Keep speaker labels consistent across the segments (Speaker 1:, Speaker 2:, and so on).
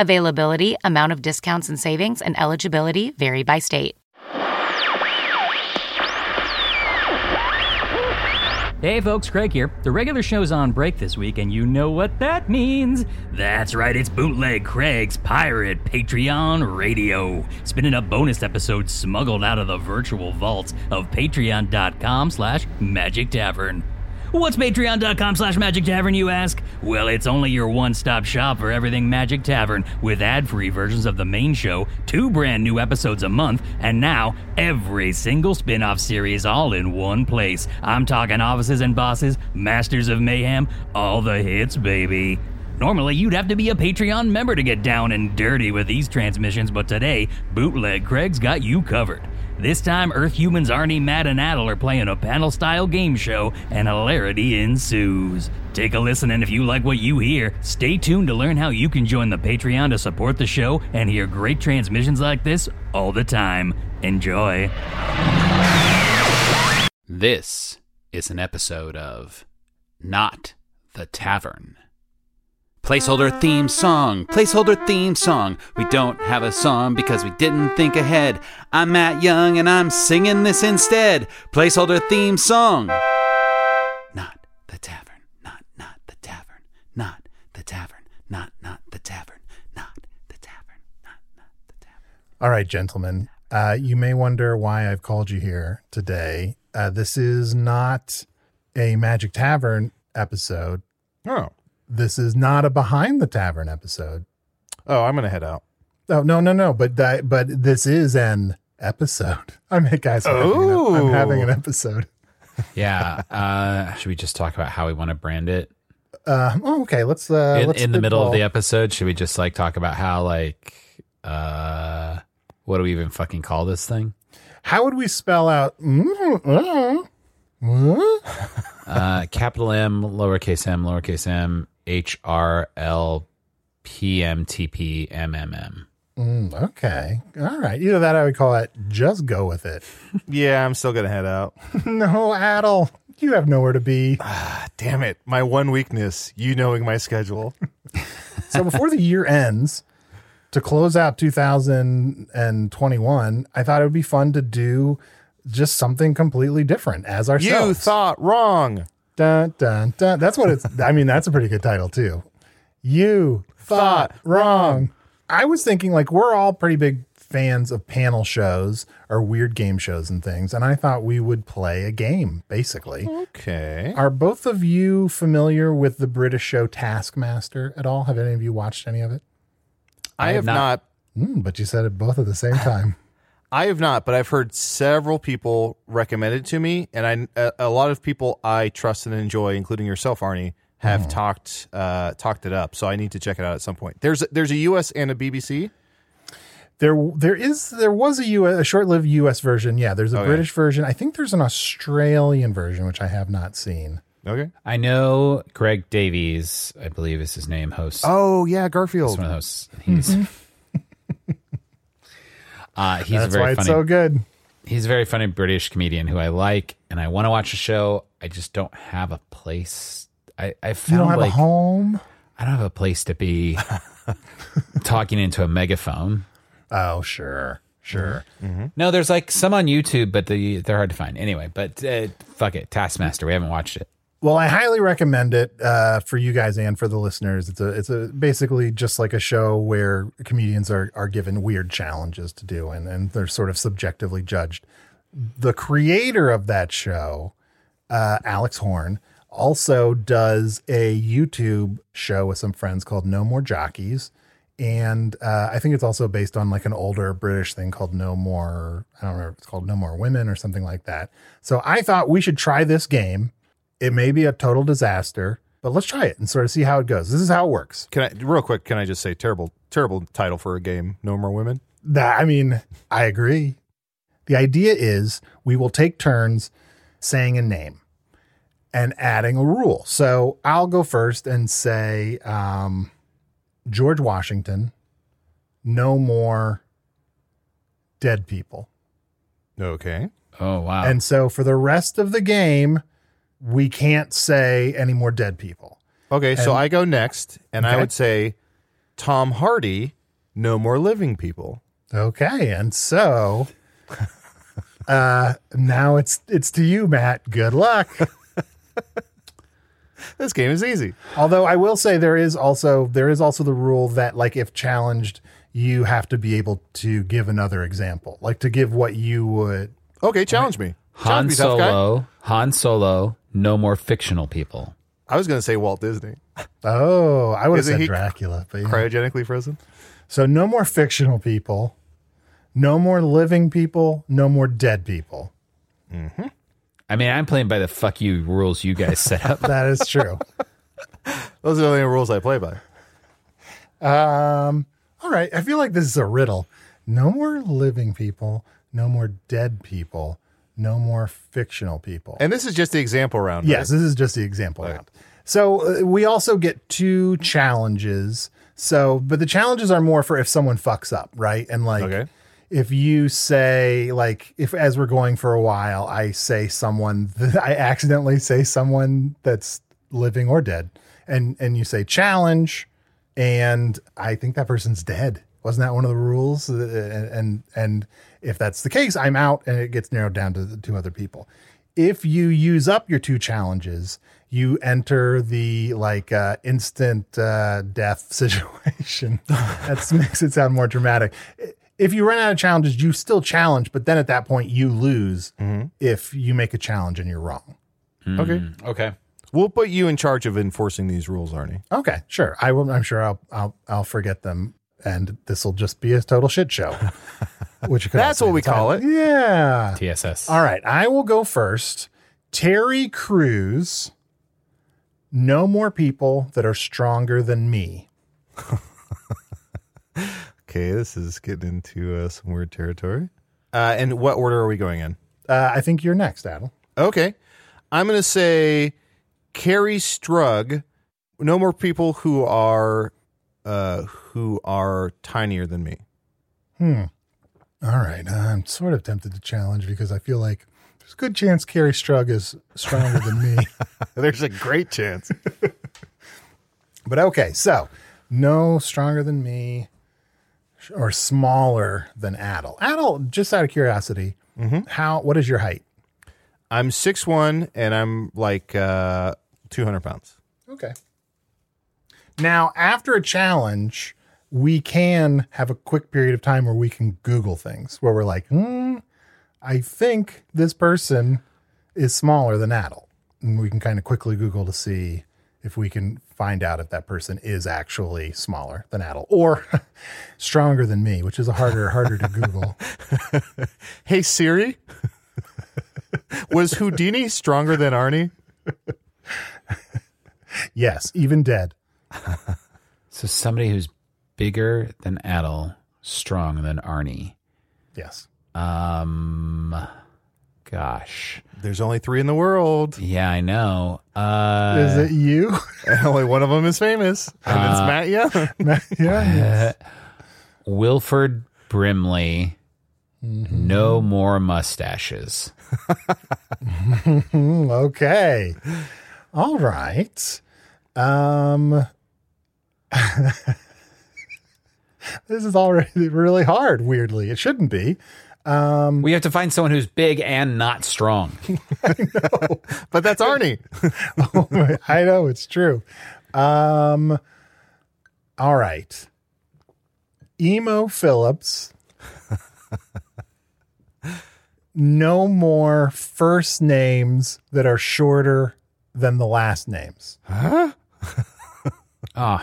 Speaker 1: Availability, amount of discounts and savings, and eligibility vary by state.
Speaker 2: Hey folks, Craig here. The regular show's on break this week, and you know what that means. That's right, it's Bootleg Craig's Pirate Patreon Radio, spinning up bonus episodes smuggled out of the virtual vaults of patreon.com slash magic tavern. What's patreon.com slash magic tavern, you ask? Well, it's only your one stop shop for everything Magic Tavern, with ad free versions of the main show, two brand new episodes a month, and now every single spin off series all in one place. I'm talking offices and bosses, masters of mayhem, all the hits, baby. Normally, you'd have to be a Patreon member to get down and dirty with these transmissions, but today, Bootleg Craig's got you covered. This time, Earth humans Arnie, Matt, and Adel are playing a panel style game show, and hilarity ensues. Take a listen, and if you like what you hear, stay tuned to learn how you can join the Patreon to support the show and hear great transmissions like this all the time. Enjoy.
Speaker 3: This is an episode of Not the Tavern. Placeholder theme song, placeholder theme song. We don't have a song because we didn't think ahead. I'm Matt Young and I'm singing this instead. Placeholder theme song. Not the tavern, not, not the tavern, not the tavern, not, not the tavern, not the tavern, not, not the tavern.
Speaker 4: All right, gentlemen. Uh, you may wonder why I've called you here today. Uh, this is not a Magic Tavern episode.
Speaker 5: Oh.
Speaker 4: This is not a Behind the Tavern episode.
Speaker 5: Oh, I'm gonna head out.
Speaker 4: Oh no, no, no! But that, but this is an episode. I'm guys. I'm having an- I'm
Speaker 5: Oh.
Speaker 4: having an episode.
Speaker 6: Yeah. Uh, should we just talk about how we want to brand it
Speaker 4: Uh, oh, okay, let's uh,
Speaker 6: in,
Speaker 4: let's
Speaker 6: in the middle of the
Speaker 4: spitball.
Speaker 6: episode? Should we just like talk about how like uh, what do we even fucking call this thing?
Speaker 4: How would we spell out? Mm, mm, mm?
Speaker 6: Uh, capital M, lowercase m, lowercase m, H R L P M T P M M M.
Speaker 4: Mm, okay, all right. Either that, I would call it. Just go with it.
Speaker 5: Yeah, I'm still gonna head out.
Speaker 4: no, Adel, you have nowhere to be.
Speaker 5: Damn it. My one weakness, you knowing my schedule.
Speaker 4: so before the year ends to close out 2021 i thought it would be fun to do just something completely different as ourselves
Speaker 5: you thought wrong.
Speaker 4: dun, dun, dun. that's what it's i mean that's a pretty good title too you thought,
Speaker 5: Thought
Speaker 4: wrong i was thinking like we're all pretty big fans of panel shows or weird game shows and things and i thought we would play a game basically
Speaker 5: Okay.
Speaker 4: are both of you familiar with the british show taskmaster at all have any of you watched any of it
Speaker 5: I have
Speaker 6: not-
Speaker 5: not.
Speaker 4: Mm, but you said it both at the same time.
Speaker 5: I have not, but I've heard several people recommend it to me, and I a, a lot of people I trust and enjoy, including yourself, Arnie, have talked uh, talked it up. So I need to check it out at some point. There's a, there's a U.S. and a BBC.
Speaker 4: there, there is, there was a US, a short-lived U.S. version. Oh, Yeah, there's a
Speaker 5: Okay.
Speaker 4: British version. I think there's an Australian version, which I have not seen.
Speaker 5: Okay.
Speaker 6: I know Greg Davies, I believe is his name, hosts
Speaker 5: Oh yeah, Garfield.
Speaker 6: It's one of those. He's uh, he's a
Speaker 4: That's why
Speaker 6: very
Speaker 4: it's
Speaker 6: funny.
Speaker 4: so good.
Speaker 6: he's a very funny British comedian who I like, and I want to watch a show. I just don't have a place. I I
Speaker 4: You
Speaker 6: found
Speaker 4: don't have
Speaker 6: like
Speaker 4: a home.
Speaker 6: I don't have a place to be talking into a megaphone.
Speaker 4: Oh, sure, sure.
Speaker 6: No, there's like some on YouTube, but the, they're hard to find. Anyway, but uh, fuck it, Taskmaster. We haven't watched it.
Speaker 4: Well, I highly recommend it uh, for you guys and for the listeners. It's a it's a basically just like a show where comedians are are given weird challenges to do, and and they're sort of subjectively judged. The creator of that show, uh, Alex Horn, also does a YouTube show with some friends called No More Jockeys. And uh, I think it's also based on like an older British thing called No More, I don't remember, if it's called No More Women or something like that. So I thought we should try this game. It may be a total disaster, but let's try it and sort of see how it goes. This is how it works.
Speaker 5: Can I real quick? Can I just say terrible, terrible title for a game? No more women.
Speaker 4: That, I mean, I agree. The idea is we will take turns saying a name and adding a rule. So I'll go first and say um, George Washington, no more dead people.
Speaker 5: Okay.
Speaker 6: Oh wow!
Speaker 4: And so for the rest of the game, we can't say any more dead people.
Speaker 5: Okay. so I go next, and I
Speaker 4: Okay.
Speaker 5: would say Tom Hardy. No more living people.
Speaker 4: Okay, and so uh now it's it's to you, Matt. Good luck.
Speaker 5: This game is easy.
Speaker 4: Although I will say there is also there is also the rule that like if challenged, you have to be able to give another example, like to give what you would.
Speaker 5: Okay, challenge me.
Speaker 6: Han
Speaker 5: Challenge me, tough guy.
Speaker 6: Solo. Han Solo. No more fictional people.
Speaker 5: I was going to say Walt Disney.
Speaker 4: Oh, I would have
Speaker 5: Isn't
Speaker 4: said
Speaker 5: he
Speaker 4: Dracula, but yeah.
Speaker 5: Cryogenically frozen.
Speaker 4: so no more fictional people, no more living people, no more dead people.
Speaker 6: I mean, I'm playing by the fuck you rules you guys set up.
Speaker 4: That is true.
Speaker 5: Those are the only rules I play by.
Speaker 4: Um, all right. I feel like this is a riddle. No more living people, no more dead people, no more fictional people.
Speaker 5: And this is just the example round. right?
Speaker 4: yes, this is just the example round. So uh, we also get two challenges. So, but the challenges are more for if someone fucks up, right? And like,
Speaker 5: Okay.
Speaker 4: if you say like, if as we're going for a while, I say someone, I accidentally say someone that's living or dead, and and you say challenge, and I think that person's dead. Wasn't that one of the rules? Uh, And and if that's the case, I'm out, and it gets narrowed down to the two other people. If you use up your two challenges, you enter the like uh, instant uh, death situation. that makes it sound more dramatic. If you run out of challenges, you still challenge, but then at that point you lose if you make a challenge and you're wrong. Mm.
Speaker 5: Okay.
Speaker 6: okay.
Speaker 5: We'll put you in charge of enforcing these rules, Arnie.
Speaker 4: Okay, sure. I will. I'm sure I'll I'll, I'll forget them, and this will just be a total shit show. Which could
Speaker 5: That's
Speaker 4: also
Speaker 5: what
Speaker 4: be
Speaker 5: we
Speaker 4: the
Speaker 5: call
Speaker 4: title. Yeah.
Speaker 6: TSS.
Speaker 4: All right, I will go first. Terry Crews. No more people that are stronger than me.
Speaker 5: Okay, this is getting into uh, some weird territory. Uh, and what order are we going in?
Speaker 4: Uh, I think you're next, Adam.
Speaker 5: Okay. I'm going to say Carrie Strug. No more people who are uh, who are tinier than me.
Speaker 4: All right, I'm sort of tempted to challenge because I feel like there's a good chance Carrie Strug is stronger than me.
Speaker 5: There's a great chance.
Speaker 4: But okay, so no stronger than me or smaller than Adel. Adel, just out of curiosity, how what is your height?
Speaker 5: I'm six one, and I'm like uh, 200 pounds.
Speaker 4: Okay. Now, after a challenge, we can have a quick period of time where we can Google things where we're like, hmm, I think this person is smaller than Adel. And we can kind of quickly Google to see if we can find out if that person is actually smaller than Adel or stronger than me, which is a harder, harder to Google.
Speaker 5: Hey Siri, was Houdini stronger than Arnie?
Speaker 4: Yes, even dead.
Speaker 6: So somebody who's bigger than Adel, strong than Arnie.
Speaker 4: Yes.
Speaker 6: Um, Gosh.
Speaker 5: There's only three in the world,
Speaker 6: Yeah, I know. Uh,
Speaker 4: Is it you?
Speaker 5: and only one of them is famous, and it's Matt Young.
Speaker 4: yeah.
Speaker 6: Wilford Brimley, no more mustaches.
Speaker 4: Hmm, okay. All right. Um This is already really hard, weirdly. It shouldn't be.
Speaker 6: We have to find someone who's big and not strong.
Speaker 5: but that's Arnie.
Speaker 4: Oh, I know it's true. Um All right. Emo Phillips. no more first names that are shorter than the last names.
Speaker 6: Oh,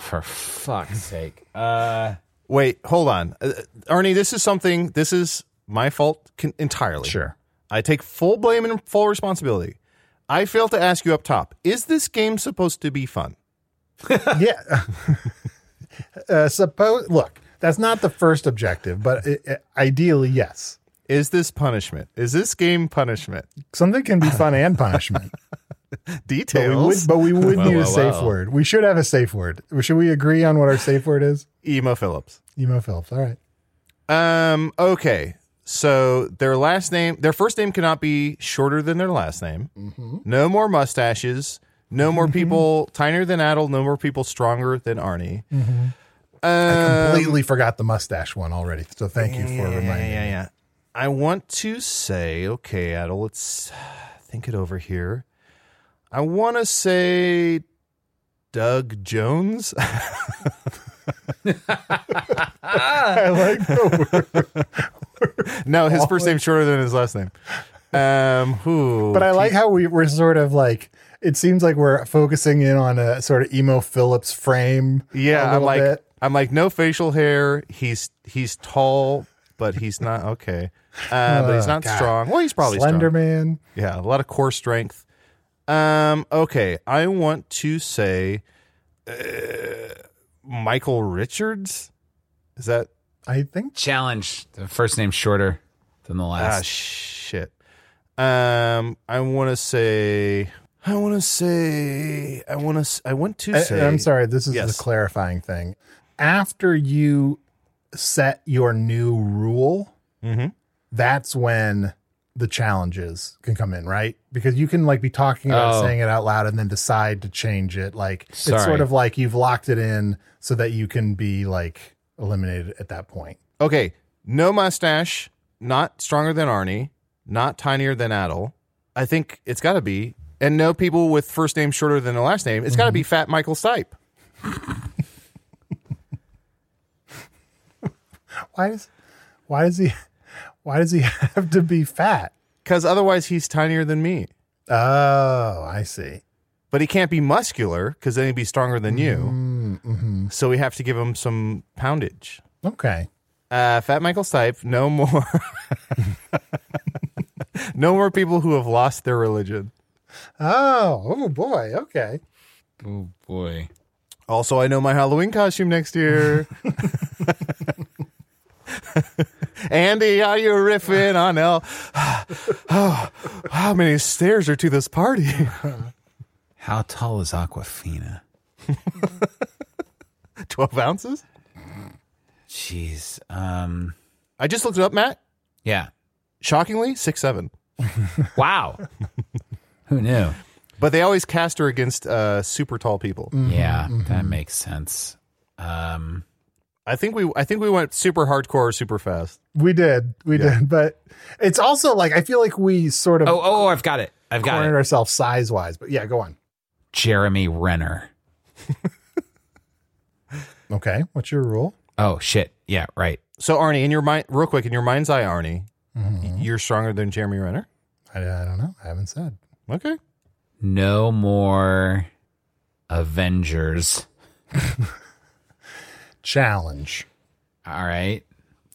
Speaker 6: for fuck's sake. Uh,
Speaker 5: Wait, hold on, uh, Arnie. This is something. This is my fault con- entirely.
Speaker 4: Sure.
Speaker 5: I take full blame and full responsibility. I failed to ask you up top. Is this game supposed to be fun?
Speaker 4: yeah. uh, suppose look, that's not the first objective, but i i ideally, yes.
Speaker 5: Is this punishment? Is this game punishment?
Speaker 4: Something can be fun and punishment, but we would,
Speaker 5: Details.
Speaker 4: but we would need a
Speaker 6: well,
Speaker 4: safe
Speaker 6: well.
Speaker 4: word. We should have a safe word. Should we agree on what our safe word is?
Speaker 5: Emo Phillips.
Speaker 4: Emo Phillips. All right.
Speaker 5: Um. Okay. So their last name, their first name cannot be shorter than their last name.
Speaker 4: Mm-hmm.
Speaker 5: No more mustaches. No more people tinier than Adel. No more people stronger than Arnie.
Speaker 4: Mm-hmm.
Speaker 5: Um,
Speaker 4: Completely forgot the mustache one already. So thank you for reminding me.
Speaker 5: yeah, yeah. I want to say, okay, Adel, let's think it over here. I want to say Doug Jones.
Speaker 4: I like the word,
Speaker 5: no, his first name's shorter than his last name. Um, who?
Speaker 4: but I like how we, we're sort of like, it seems like we're focusing in on a sort of Emo Phillips frame. a
Speaker 5: Yeah, I'm
Speaker 4: little
Speaker 5: like,
Speaker 4: bit.
Speaker 5: I'm like, no facial hair. He's he's tall, but he's not okay. Uh, but he's not strong. Well, he's probably
Speaker 4: Oh, Slender
Speaker 5: strong.
Speaker 4: Man.
Speaker 5: Yeah, a lot of core strength. Um, okay, I want to say uh, Michael Richards. Is that
Speaker 4: I think
Speaker 6: challenge. The first name's shorter than the
Speaker 5: ah
Speaker 6: last.
Speaker 5: shit? Um, I want to say. I want to say. I want to. I want to
Speaker 4: I,
Speaker 5: say.
Speaker 4: am sorry, this is
Speaker 5: Yes.
Speaker 4: the clarifying thing. After you set your new rule,
Speaker 5: Mhm.
Speaker 4: that's when the challenges can come in, right? Because you can like be talking about
Speaker 6: Oh.
Speaker 4: saying it out loud and then decide to change it. Like it's
Speaker 6: Sorry.
Speaker 4: sort of like you've locked it in so that you can be like eliminated at that point.
Speaker 5: Okay, no mustache, not stronger than Arnie, not tinier than Adel. I think it's got to be, and no people with first name shorter than the last name. It's got to
Speaker 4: Mm-hmm.
Speaker 5: be Fat Michael Stipe.
Speaker 4: Why does why does he why does he have to be fat?
Speaker 5: because otherwise he's tinier than me.
Speaker 4: Oh, I see.
Speaker 5: But he can't be muscular because then he'd be stronger than you. So we have to give him some poundage.
Speaker 4: Okay.
Speaker 5: Uh, Fat Michael Stipe, no more. no more people who have lost their religion.
Speaker 4: Oh, oh boy. Okay.
Speaker 6: Oh, boy.
Speaker 5: Also, I know my Halloween costume next year. Andy, are you riffing on L? Oh, how many stairs are to this party?
Speaker 6: How tall is Aquafina?
Speaker 5: 12 ounces?
Speaker 6: Jeez. Um,
Speaker 5: I just looked it up, Matt.
Speaker 6: yeah.
Speaker 5: Shockingly, six seven.
Speaker 6: Wow. Who knew?
Speaker 5: But they always cast her against uh, super tall people.
Speaker 6: yeah, that makes sense. Um,
Speaker 5: I think we I think we went super hardcore, super fast.
Speaker 4: We did. We did. But it's also like I feel like we sort of
Speaker 6: oh, oh, I've got it. I've got
Speaker 4: cornered
Speaker 6: it.
Speaker 4: ourselves size wise. But yeah, go on.
Speaker 6: Jeremy Renner.
Speaker 4: Okay. What's your rule?
Speaker 6: Oh, shit. Yeah, right.
Speaker 5: So Arnie, in your mind, real quick, in your mind's eye, Arnie,
Speaker 4: Mm-hmm.
Speaker 5: you're stronger than Jeremy Renner.
Speaker 4: I, I don't know. I haven't said.
Speaker 5: Okay,
Speaker 6: No more Avengers.
Speaker 4: Challenge.
Speaker 6: All right.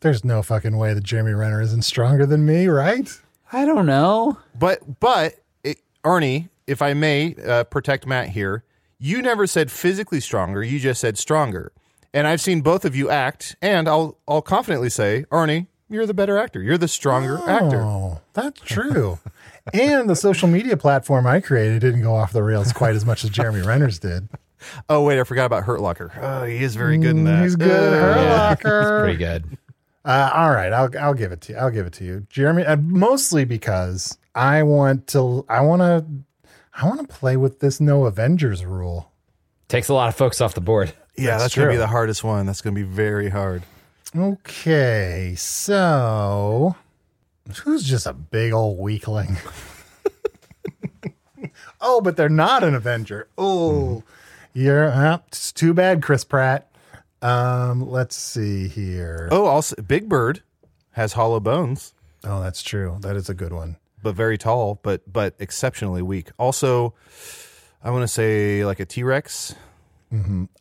Speaker 4: There's no fucking way that Jeremy Renner isn't stronger than me, right?
Speaker 6: I don't know.
Speaker 5: but but it, Arnie, if I may uh, protect Matt here, you never said physically stronger. You just said stronger, and I've seen both of you act, and I'll I'll confidently say, Arnie, you're the better actor. You're the stronger actor.
Speaker 4: Oh, that's true. and the social media platform I created didn't go off the rails quite as much as Jeremy Renner's did.
Speaker 5: Oh wait, I forgot about Hurt Locker. Oh, he is very good in that.
Speaker 4: Mm, He's good. at Her
Speaker 6: Yeah,
Speaker 4: locker.
Speaker 6: Pretty good.
Speaker 4: Uh, all right, I'll I'll give it to you. I'll give it to you, Jeremy. Uh, mostly because I want to. I want to. I want to play with this no Avengers rule.
Speaker 6: Takes a lot of folks off the board.
Speaker 5: Yeah, that's,
Speaker 4: That's
Speaker 5: gonna be
Speaker 4: true.
Speaker 5: the hardest one. That's gonna be very hard.
Speaker 4: Okay, so who's just a big old weakling? oh, but they're not an Avenger. Oh, you're. Uh, it's too bad, Chris Pratt. Um, let's see here.
Speaker 5: Oh, also Big Bird has hollow bones,
Speaker 4: Oh, that's true. That is a good one.
Speaker 5: but very tall, but but exceptionally weak. Also, I want to say like a T Rex,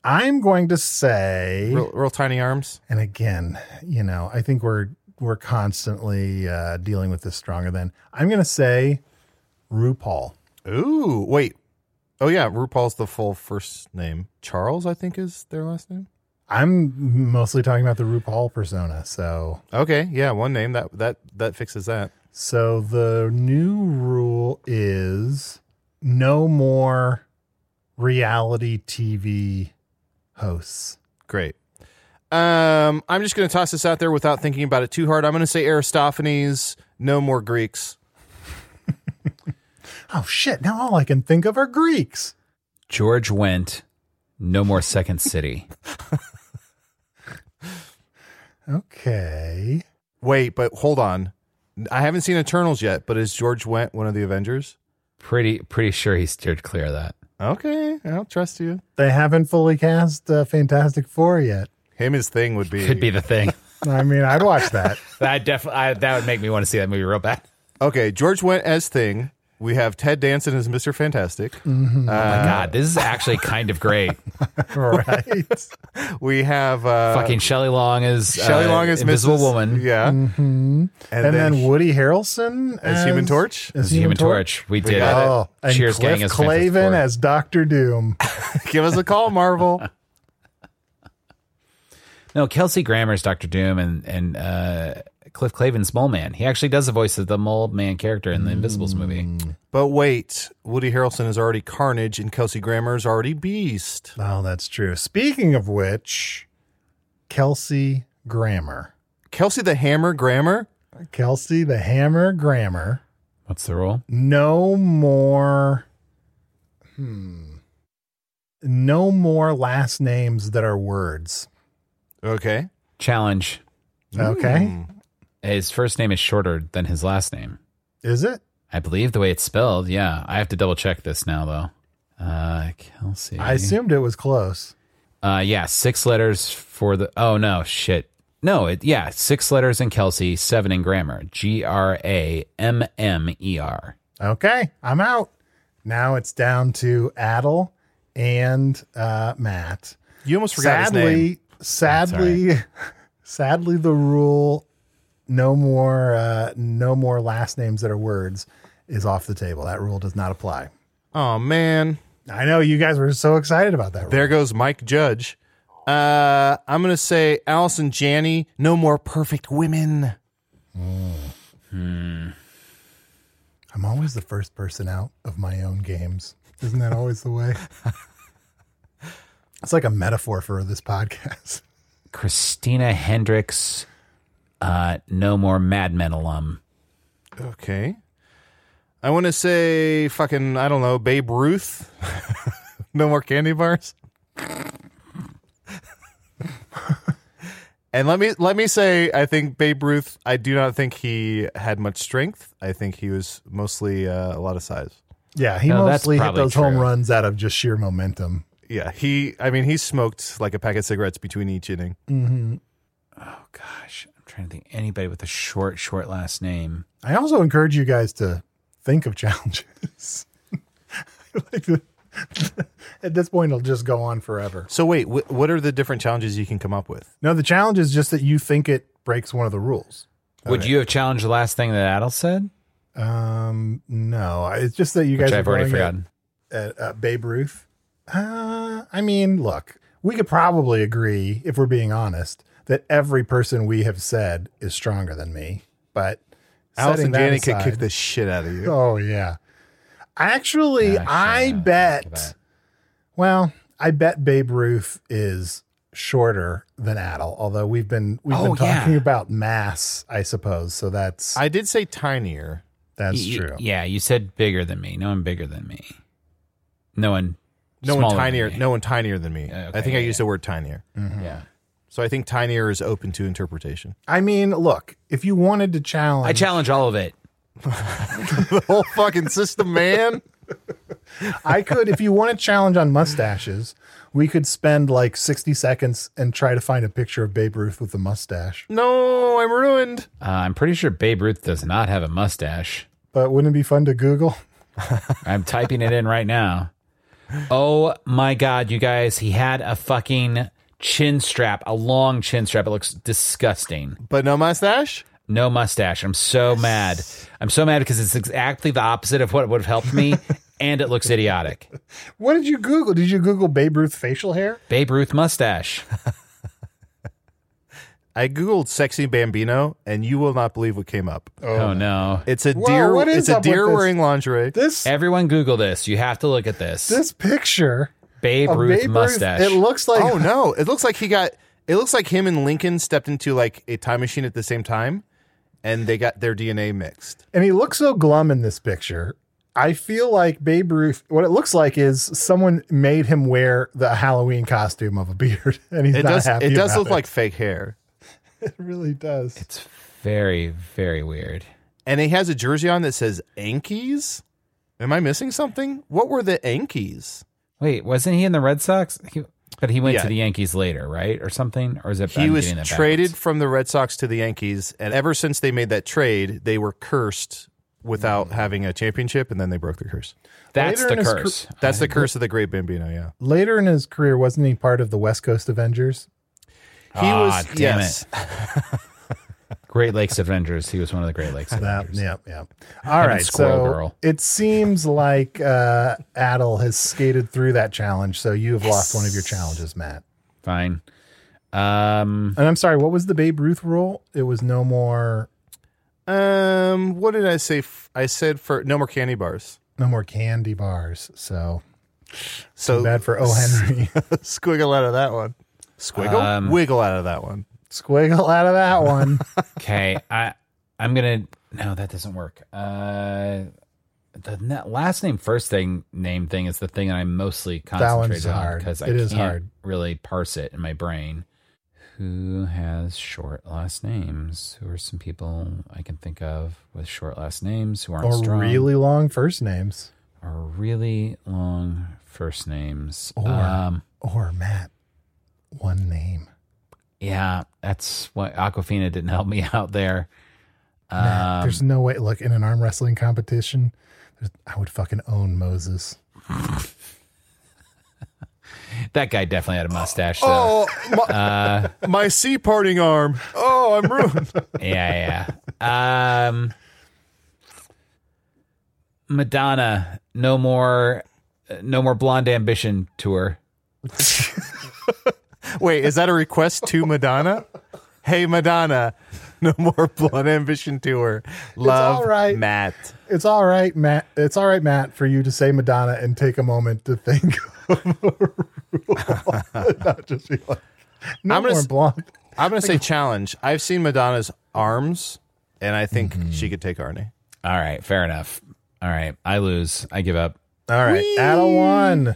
Speaker 4: I'm going to say
Speaker 5: real, real tiny arms.
Speaker 4: and again, you know, I think we're we're constantly uh, dealing with this stronger than I'm going to say RuPaul.
Speaker 5: Ooh, wait. Oh yeah, RuPaul's the full first name. Charles, I think, is their last name.
Speaker 4: I'm mostly talking about the RuPaul persona. So,
Speaker 5: Okay, yeah, one name that that that fixes that.
Speaker 4: so the new rule is no more reality TV hosts.
Speaker 5: Great. Um, I'm just going to toss this out there without thinking about it too hard. I'm going to say Aristophanes. No more Greeks.
Speaker 4: Oh shit! Now all I can think of are Greeks.
Speaker 6: George went. No more Second City.
Speaker 4: Okay.
Speaker 5: Wait, but hold on. I haven't seen Eternals yet, but is George Went one of the Avengers?
Speaker 6: pretty pretty sure he steered clear of that.
Speaker 5: Okay, I don't trust you.
Speaker 4: They haven't fully cast uh, Fantastic Four yet.
Speaker 5: Him, his thing would be.
Speaker 6: Could be the thing.
Speaker 4: I mean, I'd watch that.
Speaker 6: that definitely that would make me want to see that movie real bad.
Speaker 5: Okay, George Went as Thing. We have Ted Danson as Mr. Fantastic.
Speaker 6: Oh my god, this is actually kind of great.
Speaker 4: right.
Speaker 5: We have. Uh,
Speaker 6: Fucking Shelley Long is
Speaker 5: Shelley
Speaker 6: uh,
Speaker 5: Long as
Speaker 6: Invisible
Speaker 5: Mrs.
Speaker 6: Woman.
Speaker 5: Yeah.
Speaker 4: Mm-hmm. And, then, Woody Harrelson
Speaker 5: as Human Torch?
Speaker 6: As Human Torch, we did.
Speaker 5: got
Speaker 6: it.
Speaker 4: Oh, and
Speaker 6: Cheers,
Speaker 4: Cliff
Speaker 6: gang! Is Fantastic
Speaker 4: Clavin
Speaker 6: Four.
Speaker 4: as Doctor Doom.
Speaker 5: Give us a call, Marvel.
Speaker 6: no Kelsey Grammer's Doctor Doom and and uh, Cliff Clavin's Mole Man. He actually does the voice of the Mole Man character in the Invisibles movie.
Speaker 5: But wait, Woody Harrelson is already Carnage and Kelsey Grammer is already Beast.
Speaker 4: Oh, that's true. Speaking of which, Kelsey Grammer,
Speaker 5: Kelsey the Hammer Grammer?
Speaker 4: Kelsey the Hammer Grammer,
Speaker 6: What's the role?
Speaker 4: no more. Hmm. No more last names that are words.
Speaker 5: Okay. Hmm.
Speaker 6: Challenge.
Speaker 4: Okay,
Speaker 6: His first name is shorter than his last name.
Speaker 4: is it?
Speaker 6: I believe the way it's spelled. Yeah, I have to double check this now though. Uh, Kelsey.
Speaker 4: I assumed it was close.
Speaker 6: Uh, yeah, six letters for the. Oh no, shit. No, it yeah, six letters in Kelsey, seven in grammar. G R A M M E R.
Speaker 4: Okay, I'm out. Now it's down to Adel and uh, Matt.
Speaker 5: You almost forgot his name.
Speaker 4: sadly, sadly, sadly, the rule no more uh, no more last names that are words is off the table. That rule does not apply.
Speaker 5: Oh man.
Speaker 4: I know you guys were so excited about that. Rule.
Speaker 5: There goes Mike Judge. Uh I'm gonna say Allison Janney, no more perfect women.
Speaker 4: I'm always the first person out of my own games. Isn't that always the way? it's like a metaphor for this podcast.
Speaker 6: Christina Hendricks. Uh, no more Mad Men alum.
Speaker 5: Okay. I wanna say fucking, I don't know, Babe Ruth. no more candy bars. and let me let me say I think Babe Ruth, I do not think he had much strength. I think he was mostly uh, a lot of size.
Speaker 4: Yeah, he
Speaker 6: No, that's
Speaker 4: mostly hit
Speaker 6: probably
Speaker 4: those home
Speaker 6: true.
Speaker 4: runs out of just sheer momentum.
Speaker 5: Yeah, he. I mean, he smoked like a pack of cigarettes between each inning.
Speaker 6: Oh gosh, I'm trying to think anybody with a short, short last name.
Speaker 4: I also encourage you guys to think of challenges. I like the- At this point, it'll just go on forever.
Speaker 5: So wait, wh- what are the different challenges you can come up with?
Speaker 4: No, the challenge is just that you think it breaks one of the rules.
Speaker 6: Would you have challenged the last thing that Adel said?
Speaker 4: Um, no, I- it's just that you
Speaker 6: Which
Speaker 4: guys.
Speaker 6: I've already
Speaker 4: uh, throwing it
Speaker 6: forgotten.
Speaker 4: At, at, uh, Babe Ruth. Uh, I mean, look, we could probably agree, if we're being honest, that every person we have said is stronger than me. But setting
Speaker 5: Allison
Speaker 4: that
Speaker 5: Janney could
Speaker 4: aside-
Speaker 5: kick the shit out of you.
Speaker 4: Oh yeah. Actually, I
Speaker 6: Yeah, sure, I think
Speaker 4: bet.
Speaker 6: that.
Speaker 4: Well, I bet Babe Ruth is shorter than Adel. Although we've been we've
Speaker 6: Oh,
Speaker 4: been talking
Speaker 6: yeah.
Speaker 4: about mass, I suppose. So that's
Speaker 5: I did say tinier.
Speaker 4: that's
Speaker 6: You-
Speaker 4: true.
Speaker 6: Yeah, you said bigger than me. No one bigger than me. No one.
Speaker 5: No
Speaker 6: smaller
Speaker 5: one
Speaker 6: than
Speaker 5: tinier.
Speaker 6: me.
Speaker 5: No one tinier than me.
Speaker 6: Yeah,
Speaker 5: I
Speaker 6: okay,
Speaker 5: think I
Speaker 6: yeah, Mm-hmm.
Speaker 5: used the word tinier.
Speaker 6: Yeah.
Speaker 5: So I think tinier is open to interpretation.
Speaker 4: I mean, look, if you wanted to challenge,
Speaker 6: I challenge all of it.
Speaker 5: the whole fucking system, man.
Speaker 4: I could, if you want to challenge on mustaches, we could spend like 60 seconds and try to find a picture of Babe Ruth with a mustache.
Speaker 5: No, I'm ruined.
Speaker 6: Uh, I'm pretty sure Babe Ruth does not have a mustache.
Speaker 4: But wouldn't it be fun to Google?
Speaker 6: I'm typing it in right now. Oh my God, you guys. He had a fucking chin strap, a long chin strap. It looks disgusting.
Speaker 5: But no mustache?
Speaker 6: No mustache. I'm so mad. I'm so mad because it's exactly the opposite of what would have helped me. and it looks idiotic.
Speaker 4: What did you Google? Did you Google Babe Ruth facial hair?
Speaker 6: Babe Ruth mustache.
Speaker 5: I googled sexy bambino and you will not believe what came up.
Speaker 6: Oh no.
Speaker 5: It's a
Speaker 4: Whoa,
Speaker 5: deer
Speaker 4: what is
Speaker 5: it's a
Speaker 4: up with
Speaker 5: deer
Speaker 4: this?
Speaker 5: wearing lingerie.
Speaker 4: This
Speaker 6: Everyone Google this. You have to look at this.
Speaker 4: this picture
Speaker 6: Babe
Speaker 4: of
Speaker 6: Ruth
Speaker 4: Babe
Speaker 6: mustache.
Speaker 4: Ruth, it looks like
Speaker 5: oh no, it looks like he got it looks like him and Lincoln stepped into like a time machine at the same time and they got their DNA mixed.
Speaker 4: and he looks so glum in this picture. I feel like Babe Ruth. What it looks like is someone made him wear the Halloween costume of a beard, and he's
Speaker 5: It
Speaker 4: not
Speaker 5: does
Speaker 4: happy.
Speaker 5: it does
Speaker 4: about
Speaker 5: look like fake hair.
Speaker 4: it really does.
Speaker 6: it's very, very weird.
Speaker 5: And he has a jersey on that says Yankees. Am I missing something? What were the Yankees?
Speaker 6: Wait, wasn't he in the Red Sox? He, but he went
Speaker 5: Yeah.
Speaker 6: to the Yankees later, right, or something? Or is it
Speaker 5: He
Speaker 6: I'm
Speaker 5: was
Speaker 6: getting that
Speaker 5: traded
Speaker 6: backwards.
Speaker 5: from the Red Sox to the Yankees, and ever since they made that trade, they were cursed without
Speaker 6: Mm.
Speaker 5: having a championship, and then they broke the curse.
Speaker 6: That's
Speaker 4: later
Speaker 6: the
Speaker 4: in his
Speaker 6: curse.
Speaker 5: That's the curse of the Great Bambino. Yeah,
Speaker 4: Later in his career, wasn't he part of the West Coast Avengers?
Speaker 5: he
Speaker 6: Ah,
Speaker 5: was.
Speaker 6: damn
Speaker 5: yes,
Speaker 6: Great Lakes Avengers. He was one of the Great Lakes
Speaker 4: That,
Speaker 6: Avengers.
Speaker 4: yeah, yeah. All right,
Speaker 6: Squirrel
Speaker 4: so
Speaker 6: Girl.
Speaker 4: it seems like uh, Adel has skated through that challenge, so you have lost one of your challenges, Matt.
Speaker 6: Fine. Um,
Speaker 4: And I'm sorry, what was the Babe Ruth rule? It was no more,
Speaker 5: Um, what did I say? F- I said for no more candy bars.
Speaker 4: no more candy bars. So
Speaker 5: So
Speaker 4: bad for O. Henry.
Speaker 5: squiggle out of that one. Squiggle,
Speaker 6: Um,
Speaker 5: wiggle out of that one.
Speaker 4: Squiggle out of that one.
Speaker 6: okay, I I'm gonna. No, that doesn't work. Uh, the na- last name first thing name thing is the thing that I'm mostly
Speaker 4: one's
Speaker 6: concentrated on
Speaker 4: hard.
Speaker 6: because I
Speaker 4: It
Speaker 6: can't
Speaker 4: is hard.
Speaker 6: really parse it in my brain. Who has short last names? Who are some people I can think of with short last names who aren't
Speaker 4: or
Speaker 6: strong?
Speaker 4: Oh, really long first names.
Speaker 6: or really long first names.
Speaker 4: Or-
Speaker 6: Um,
Speaker 4: Or Matt, one name.
Speaker 6: yeah, that's what Aquafina didn't help me out there.
Speaker 4: Matt,
Speaker 6: Um,
Speaker 4: there's no way. Look, in an arm wrestling competition, there's- I would fucking own Moses.
Speaker 6: that guy definitely had a mustache. So.
Speaker 4: Oh,
Speaker 5: Oh, my,
Speaker 6: Uh,
Speaker 5: my sea parting arm. Oh, I'm ruined.
Speaker 6: yeah, yeah. Um, Madonna, no more, uh, no more blonde ambition tour.
Speaker 5: Wait, is that a request to Madonna? Hey, Madonna, no more Blood Ambition Tour. Love,
Speaker 4: all right.
Speaker 5: Matt.
Speaker 4: It's all right, Matt. It's all right, Matt, for you to say Madonna and take a moment to think of a rule. Not just be like, no
Speaker 5: I'm gonna
Speaker 4: more
Speaker 5: s-
Speaker 4: blonde.
Speaker 5: I'm going to say challenge. I've seen Madonna's arms, and I think
Speaker 4: Mm-hmm.
Speaker 5: she could take Arnie.
Speaker 6: All right, fair enough. All right, I lose. I give up.
Speaker 4: All right, at a one.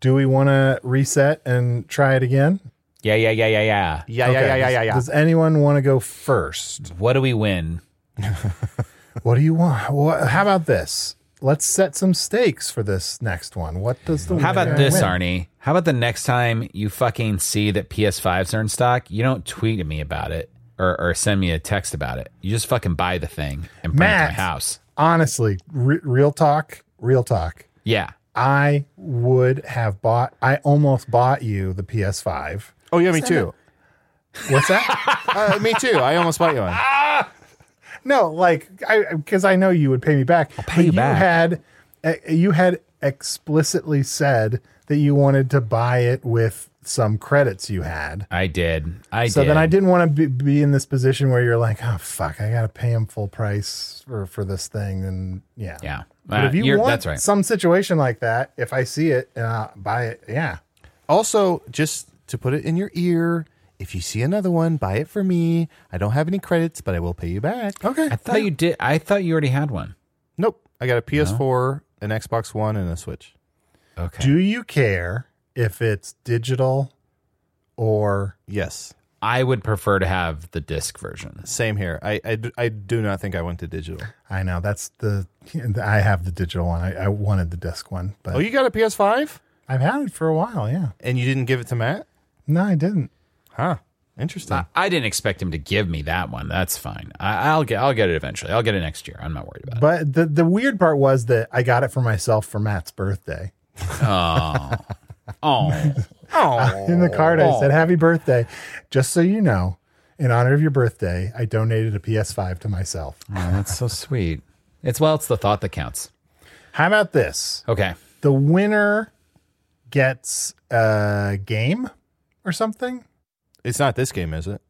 Speaker 4: Do we want to reset and try it again?
Speaker 6: Yeah, yeah, yeah, yeah, yeah.
Speaker 5: Yeah,
Speaker 4: Okay.
Speaker 5: yeah, yeah, yeah, yeah, yeah.
Speaker 4: Does anyone want to go first?
Speaker 6: What do we win?
Speaker 4: What do you want? What, how about this? Let's set some stakes for this next one. What does the
Speaker 6: How about
Speaker 4: winner
Speaker 6: this,
Speaker 4: win?
Speaker 6: Arnie? How about the next time you fucking see that PS5s are in stock, you don't tweet at me about it or, or send me a text about it. You just fucking buy the thing and bring it
Speaker 4: Matt.
Speaker 6: to my house.
Speaker 4: Honestly, re- real talk, real talk.
Speaker 6: Yeah.
Speaker 4: I would have bought. I almost bought you the PS5.
Speaker 5: Oh, yeah, me too.
Speaker 4: What's that?
Speaker 5: Uh, me too. I almost bought you one.
Speaker 4: no, like I because I know you would pay me back. I'll
Speaker 6: pay
Speaker 4: but
Speaker 6: you back.
Speaker 4: Had eh, uh, you had explicitly said that you wanted to buy it with some credits you had.
Speaker 6: I did. I
Speaker 4: so
Speaker 6: did.
Speaker 4: then I didn't want to be, be in this position where you're like, oh fuck, I gotta pay him full price for for this thing, and yeah,
Speaker 6: Yeah.
Speaker 4: But
Speaker 6: Uh,
Speaker 4: if you
Speaker 6: you're-
Speaker 4: want
Speaker 6: that's right.
Speaker 4: some situation like that, if I see it and I buy it, yeah,
Speaker 5: Also, just to put it in your ear, if you see another one, buy it for me. I don't have any credits, but I will pay you back.
Speaker 4: okay,
Speaker 6: I thought you did. I thought you already had one.
Speaker 5: Nope. I got a PS4, an Xbox One, and a Switch.
Speaker 6: Okay.
Speaker 4: Do you care if it's digital or
Speaker 5: Yes.
Speaker 6: I would prefer to have the disc version.
Speaker 5: Same here. I, I, d- I do not think I went to digital.
Speaker 4: I know that's the I have the digital one. I, I wanted the disc one, but
Speaker 5: Oh, you got a PS5?
Speaker 4: I've had it for a while. Yeah,
Speaker 5: And you didn't give it to Matt?
Speaker 4: no, I didn't.
Speaker 5: Huh. Interesting.
Speaker 6: I, I didn't expect him to give me that one. That's fine. I, I'll get. I'll get it eventually. I'll get it next year. I'm not worried about
Speaker 4: But the the weird part was that I got it for myself for Matt's birthday.
Speaker 6: it. Oh,
Speaker 4: In the card, I said, "Happy birthday!" Just so you know, in honor of your birthday, I donated a PS5 to myself.
Speaker 6: that's so sweet. It's well, it's the thought that counts.
Speaker 4: How about this?
Speaker 6: Okay.
Speaker 4: The winner gets a game or something.
Speaker 5: it's not this game, is it?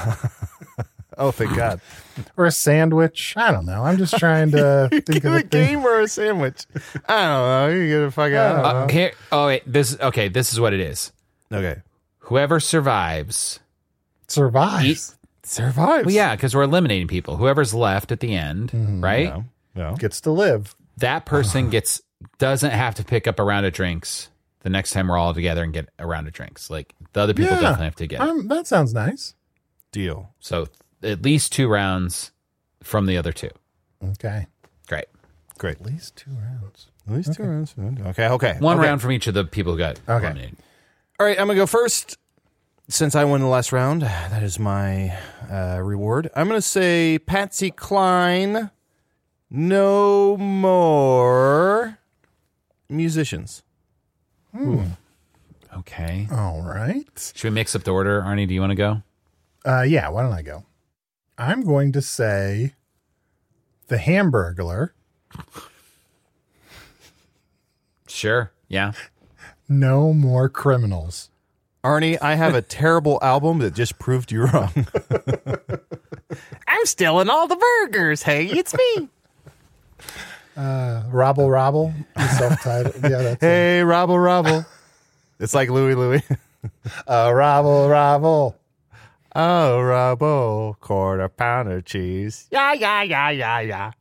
Speaker 5: oh, thank God.
Speaker 4: or a sandwich. I don't know. I'm just trying to think of a game.
Speaker 5: or a sandwich? I don't know. You get a fucking. I
Speaker 6: Uh, here. Oh wait. This. Okay. This is what it is.
Speaker 5: don't know. Okay.
Speaker 6: Whoever survives.
Speaker 4: Survives.
Speaker 5: Survives.
Speaker 6: Well, yeah, because we're eliminating people. Whoever's left at the end,
Speaker 4: Mm-hmm.
Speaker 6: right?
Speaker 5: No. No.
Speaker 4: Gets to live.
Speaker 6: That person gets doesn't have to pick up a round of drinks the next time we're all together and get a round of drinks. Like the other people
Speaker 4: Yeah.
Speaker 6: definitely have to get. it.
Speaker 4: Um, that sounds nice.
Speaker 5: Deal.
Speaker 6: So th- at least two rounds from the other two.
Speaker 4: Okay.
Speaker 6: Great.
Speaker 5: Great.
Speaker 4: At least two rounds.
Speaker 5: At least two rounds. Okay. Okay.
Speaker 6: One
Speaker 5: okay.
Speaker 6: round from each of the people who got
Speaker 4: Okay.
Speaker 6: eliminated.
Speaker 5: All right, I'm gonna go first. Since I won the last round, that is my uh, reward. I'm gonna say Patsy Cline. No more musicians.
Speaker 6: Okay.
Speaker 4: All right.
Speaker 6: Should we mix up the order? Arnie, do you want to go?
Speaker 4: Uh, yeah. Why don't I go? I'm going to say the Hamburglar.
Speaker 6: Sure. Yeah.
Speaker 4: No more criminals.
Speaker 5: Arnie, I have a terrible album that just proved you wrong. I'm stealing all the burgers. Hey, it's me.
Speaker 4: Uh, robble, robble. The self-titled. yeah. That's it.
Speaker 5: Hey, Robble Robble. It's like Louie Louie.
Speaker 4: Uh, robble, robble.
Speaker 5: Oh, Robble, quarter pounder cheese. Yeah, yeah, yeah, yeah, yeah.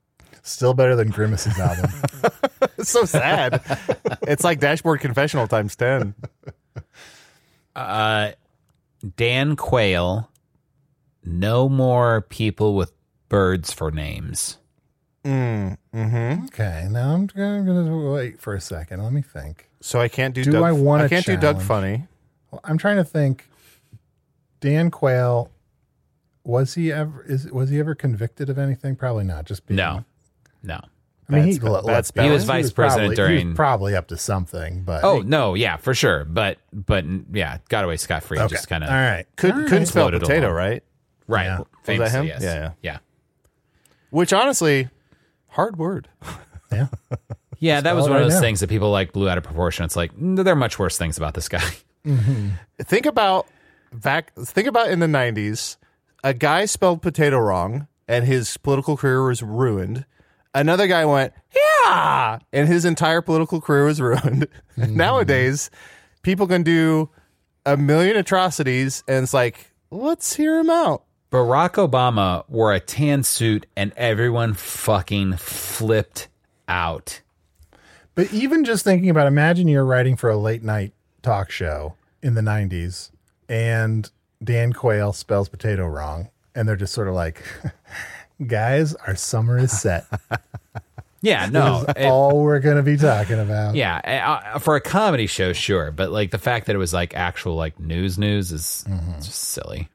Speaker 4: Still better than Grimace's album.
Speaker 5: It's so sad. it's like Dashboard Confessional times 10.
Speaker 6: Uh, Dan Quayle. No more people with birds for names.
Speaker 5: Mm-hmm.
Speaker 4: okay. Now I'm going to wait for a second. Let me think.
Speaker 5: So I can't do,
Speaker 4: Do
Speaker 5: Doug.
Speaker 4: I want a
Speaker 5: can't do Doug
Speaker 4: challenge?
Speaker 5: Funny.
Speaker 4: Well, I'm trying to think. Dan Quayle, was he ever is was he ever convicted of anything? Probably not. Just being,
Speaker 6: No. No.
Speaker 4: I mean, he,
Speaker 5: Bad spe-
Speaker 4: let-
Speaker 5: bad
Speaker 4: let's be
Speaker 5: spelling. He
Speaker 6: was
Speaker 4: honest,
Speaker 6: vice president
Speaker 4: probably, he
Speaker 6: during-
Speaker 4: was probably up to something. But
Speaker 6: Oh no, yeah, for sure. But but yeah, got away scot free.
Speaker 4: okay.
Speaker 6: Just kind of
Speaker 4: all right.
Speaker 5: Could,
Speaker 4: All right.
Speaker 5: Couldn't spell
Speaker 6: Floated
Speaker 5: potato,
Speaker 6: along.
Speaker 5: right?
Speaker 6: right.
Speaker 4: Yeah.
Speaker 6: Famously,
Speaker 5: him?
Speaker 6: yes.
Speaker 5: Yeah, yeah.
Speaker 6: yeah,
Speaker 5: Which honestly, hard word.
Speaker 4: yeah.
Speaker 6: Yeah, That was
Speaker 4: spell it
Speaker 6: one of
Speaker 4: right
Speaker 6: those
Speaker 4: now.
Speaker 6: things that people like blew out of proportion. It's like mm, there are much worse things about this guy.
Speaker 5: Think about back. Think about in the 90s, a guy spelled potato wrong and his political career was ruined. Another guy went, yeah, and his entire political career was ruined. Nowadays, people can do a million atrocities and it's like, let's hear him out.
Speaker 6: Barack Obama wore a tan suit and everyone fucking flipped out.
Speaker 4: But even just thinking about, imagine you're writing for a late night talk show in the '90s, and Dan Quayle spells potato wrong, and they're just sort of like, "Guys, our summer is set.
Speaker 6: Yeah, no. it-
Speaker 4: All we're going to be talking about."
Speaker 6: yeah, I- I- for a comedy show, sure, but like the fact that it was like actual like news news is just silly.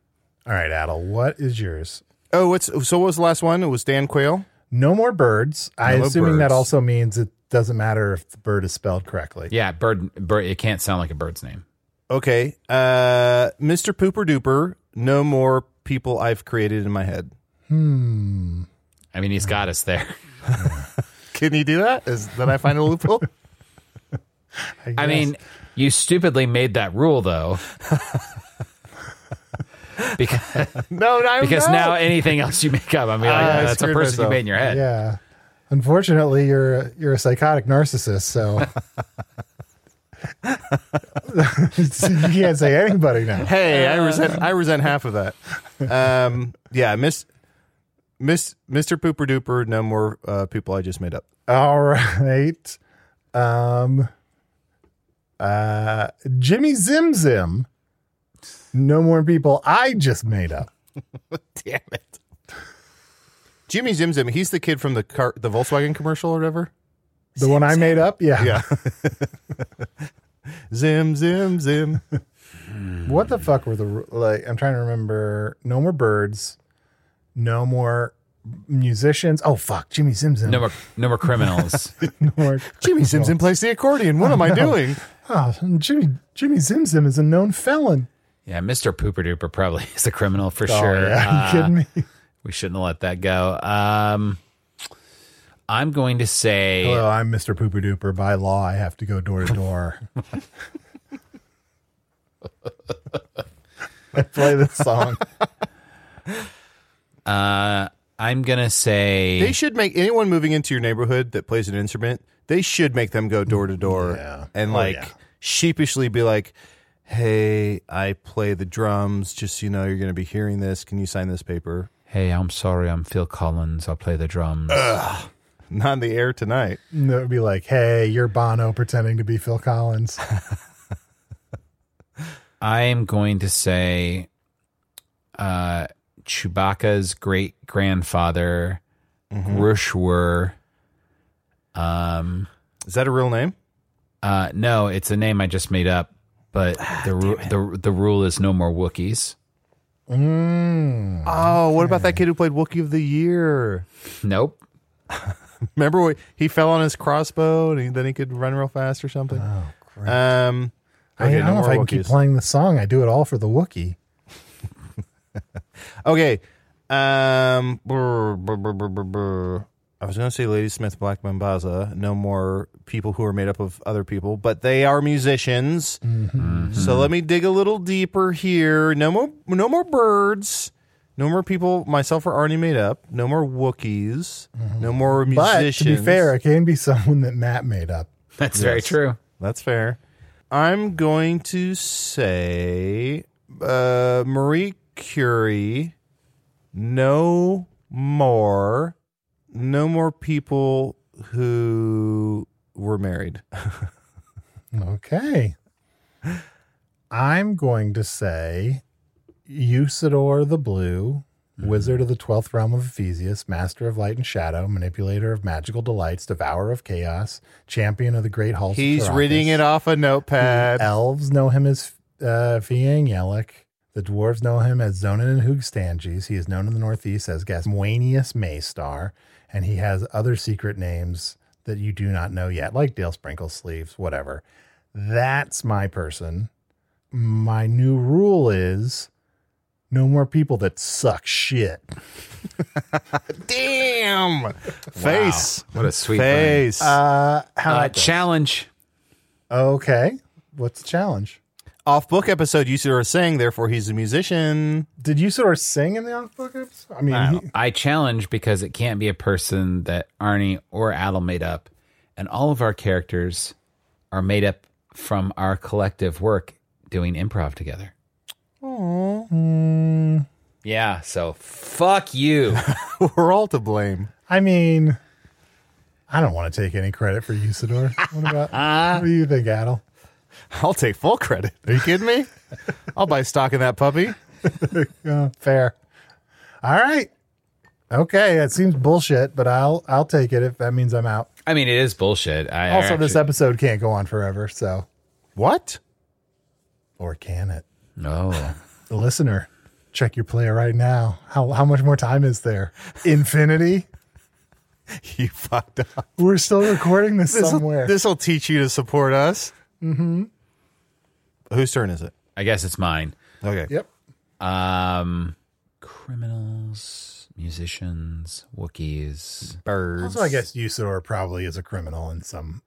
Speaker 4: All right, Adel, what is yours?
Speaker 5: Oh, what's so? What was the last one? It was Dan Quayle.
Speaker 4: No more birds. I
Speaker 5: more
Speaker 4: assuming that
Speaker 5: birds.
Speaker 4: also means it doesn't matter if the bird is spelled correctly.
Speaker 6: Yeah, bird, bird. It can't sound like a bird's name.
Speaker 5: Okay, uh, Mr. Pooper Duper. No more people I've created in my head.
Speaker 6: I mean, he's got us there.
Speaker 5: Can you do that? Is that I find a loophole?
Speaker 6: I mean, you stupidly made that rule though. because
Speaker 5: No, no,
Speaker 6: because
Speaker 5: no.
Speaker 6: now anything else you make up, I mean, like,
Speaker 4: Ah,
Speaker 5: I
Speaker 6: that's a
Speaker 5: screwed
Speaker 6: person you
Speaker 5: myself.
Speaker 6: made in your head.
Speaker 4: yeah. Unfortunately, you're you're a psychotic narcissist, so you can't say anybody now.
Speaker 5: Hey,
Speaker 4: Uh,
Speaker 5: I resent I resent half of that. Um, yeah, Miss Miss Mr. Pooper Duper, no more uh, people I just made up.
Speaker 4: All right. Um uh Jimmy Zim Zim. No more people I just made up.
Speaker 5: Damn it. Jimmy Zim Zim, he's the kid from the car the Volkswagen commercial or whatever.
Speaker 4: The one I made up? Yeah.
Speaker 5: Yeah. Zim Zim Zim.
Speaker 4: What the fuck were the ru- like I'm trying to remember no more birds, no more musicians. Oh fuck, Jimmy Zim Zim.
Speaker 6: No more, no more criminals.
Speaker 4: No more-
Speaker 5: Jimmy Zim Zim plays the accordion. What am I doing?
Speaker 4: Oh, Jimmy Jimmy Zim Zim is a known felon.
Speaker 6: yeah, Mr. Pooper Duper probably is a criminal for
Speaker 4: Oh,
Speaker 6: sure.
Speaker 4: yeah,
Speaker 6: Uh,
Speaker 4: are you kidding me?
Speaker 6: we shouldn't have let that go. Um, I'm going to say
Speaker 4: Hello, I'm Mr. Pooper Duper. By law, I have to go door to door. I play this song.
Speaker 6: I'm gonna say
Speaker 5: They should make anyone moving into your neighborhood that plays an instrument, they should make them go door to door and like
Speaker 4: yeah.
Speaker 5: sheepishly be like, Hey, I play the drums, just so you know you're gonna be hearing this. Can you sign this paper?
Speaker 6: Hey, I'm sorry, I'm Phil Collins. I'll play the drums.
Speaker 5: Not in the air tonight.
Speaker 4: And it would be like, hey, you're Bono pretending to be Phil Collins.
Speaker 6: I am going to say uh, Chewbacca's great grandfather, Grushwer. Um,
Speaker 5: Is that a real name?
Speaker 6: uh, no, it's a name I just made up, but the, ru- the, the rule is no more Wookiees.
Speaker 4: Mm.
Speaker 5: Oh, what about that kid who played Wookiee of the Year?
Speaker 6: Nope.
Speaker 5: Remember when he fell on his crossbow and he, then he could run real fast or something? Oh, crap. Um,
Speaker 4: I- I,
Speaker 5: okay, no
Speaker 4: don't know if
Speaker 5: more
Speaker 4: I can keep
Speaker 5: Wookiees.
Speaker 4: playing the song. I do it all for the Wookiee.
Speaker 5: Okay. Um, brr, brr, brr, brr, brr, brr. I was going to say Ladysmith Black Mambaza. No more people who are made up of other people, but they are musicians.
Speaker 4: Mm-hmm.
Speaker 5: So let me dig a little deeper here. No more, no more birds. No more people. Myself or Arnie made up. No more Wookiees. No more
Speaker 4: Mm-hmm. But
Speaker 5: musicians.
Speaker 4: to be fair, it can be someone that Matt made up.
Speaker 6: That's very true.
Speaker 5: That's fair. I'm going to say uh, Marie Curie. No more, no more people who were married.
Speaker 4: Okay. I'm going to say Usador the Blue,
Speaker 5: Hmm.
Speaker 4: Wizard of the Twelfth Realm of Ephesius, Master of Light and Shadow, Manipulator of Magical Delights, Devourer of Chaos, Champion of the Great Halls. of
Speaker 5: He's
Speaker 4: Caracas.
Speaker 5: reading it off a notepad.
Speaker 4: Elves know him as uh, Fiang Yellick. The dwarves know him as Zonin and Hugstanges. He is known in the Northeast as Gasmuanius Maystar, and he has other secret names that you do not know yet, like Dale Sprinkle Sleeves, whatever. That's my person. My new rule is no more people that suck shit.
Speaker 5: Damn face,
Speaker 6: What a sweet thing.
Speaker 5: face.
Speaker 4: Uh, how
Speaker 6: Uh, challenge.
Speaker 4: okay. What's the challenge?
Speaker 5: off book episode. You were saying, therefore, he's a musician.
Speaker 4: Did you sort of sing in the off book episode? I mean, he-
Speaker 6: I challenge because it can't be a person that Arnie or Adel made up, and all of our characters are made up from our collective work doing improv together. Yeah, so fuck you.
Speaker 5: we're all to blame.
Speaker 4: I mean, I don't want to take any credit for Usador. What about what do you think, Adel?
Speaker 5: I'll take full credit. Are you kidding me? I'll buy stock in that puppy.
Speaker 4: Uh, fair. All right. Okay, that seems bullshit, but I'll I'll take it if that means I'm out.
Speaker 6: I mean, it is bullshit. I
Speaker 4: Also, this
Speaker 6: actually-
Speaker 4: episode can't go on forever, so
Speaker 5: What?
Speaker 4: or can it?
Speaker 6: oh,
Speaker 4: The listener, check your player right now. How how much more time is there? Infinity?
Speaker 5: You fucked up.
Speaker 4: We're still recording this, somewhere.
Speaker 5: This will teach you to support us. Mm-hmm. Whose turn is it?
Speaker 6: I guess it's mine.
Speaker 5: Okay.
Speaker 4: yep.
Speaker 6: Um, criminals, musicians, Wookiees.
Speaker 5: Birds.
Speaker 4: Also, I guess Usador probably is a criminal in some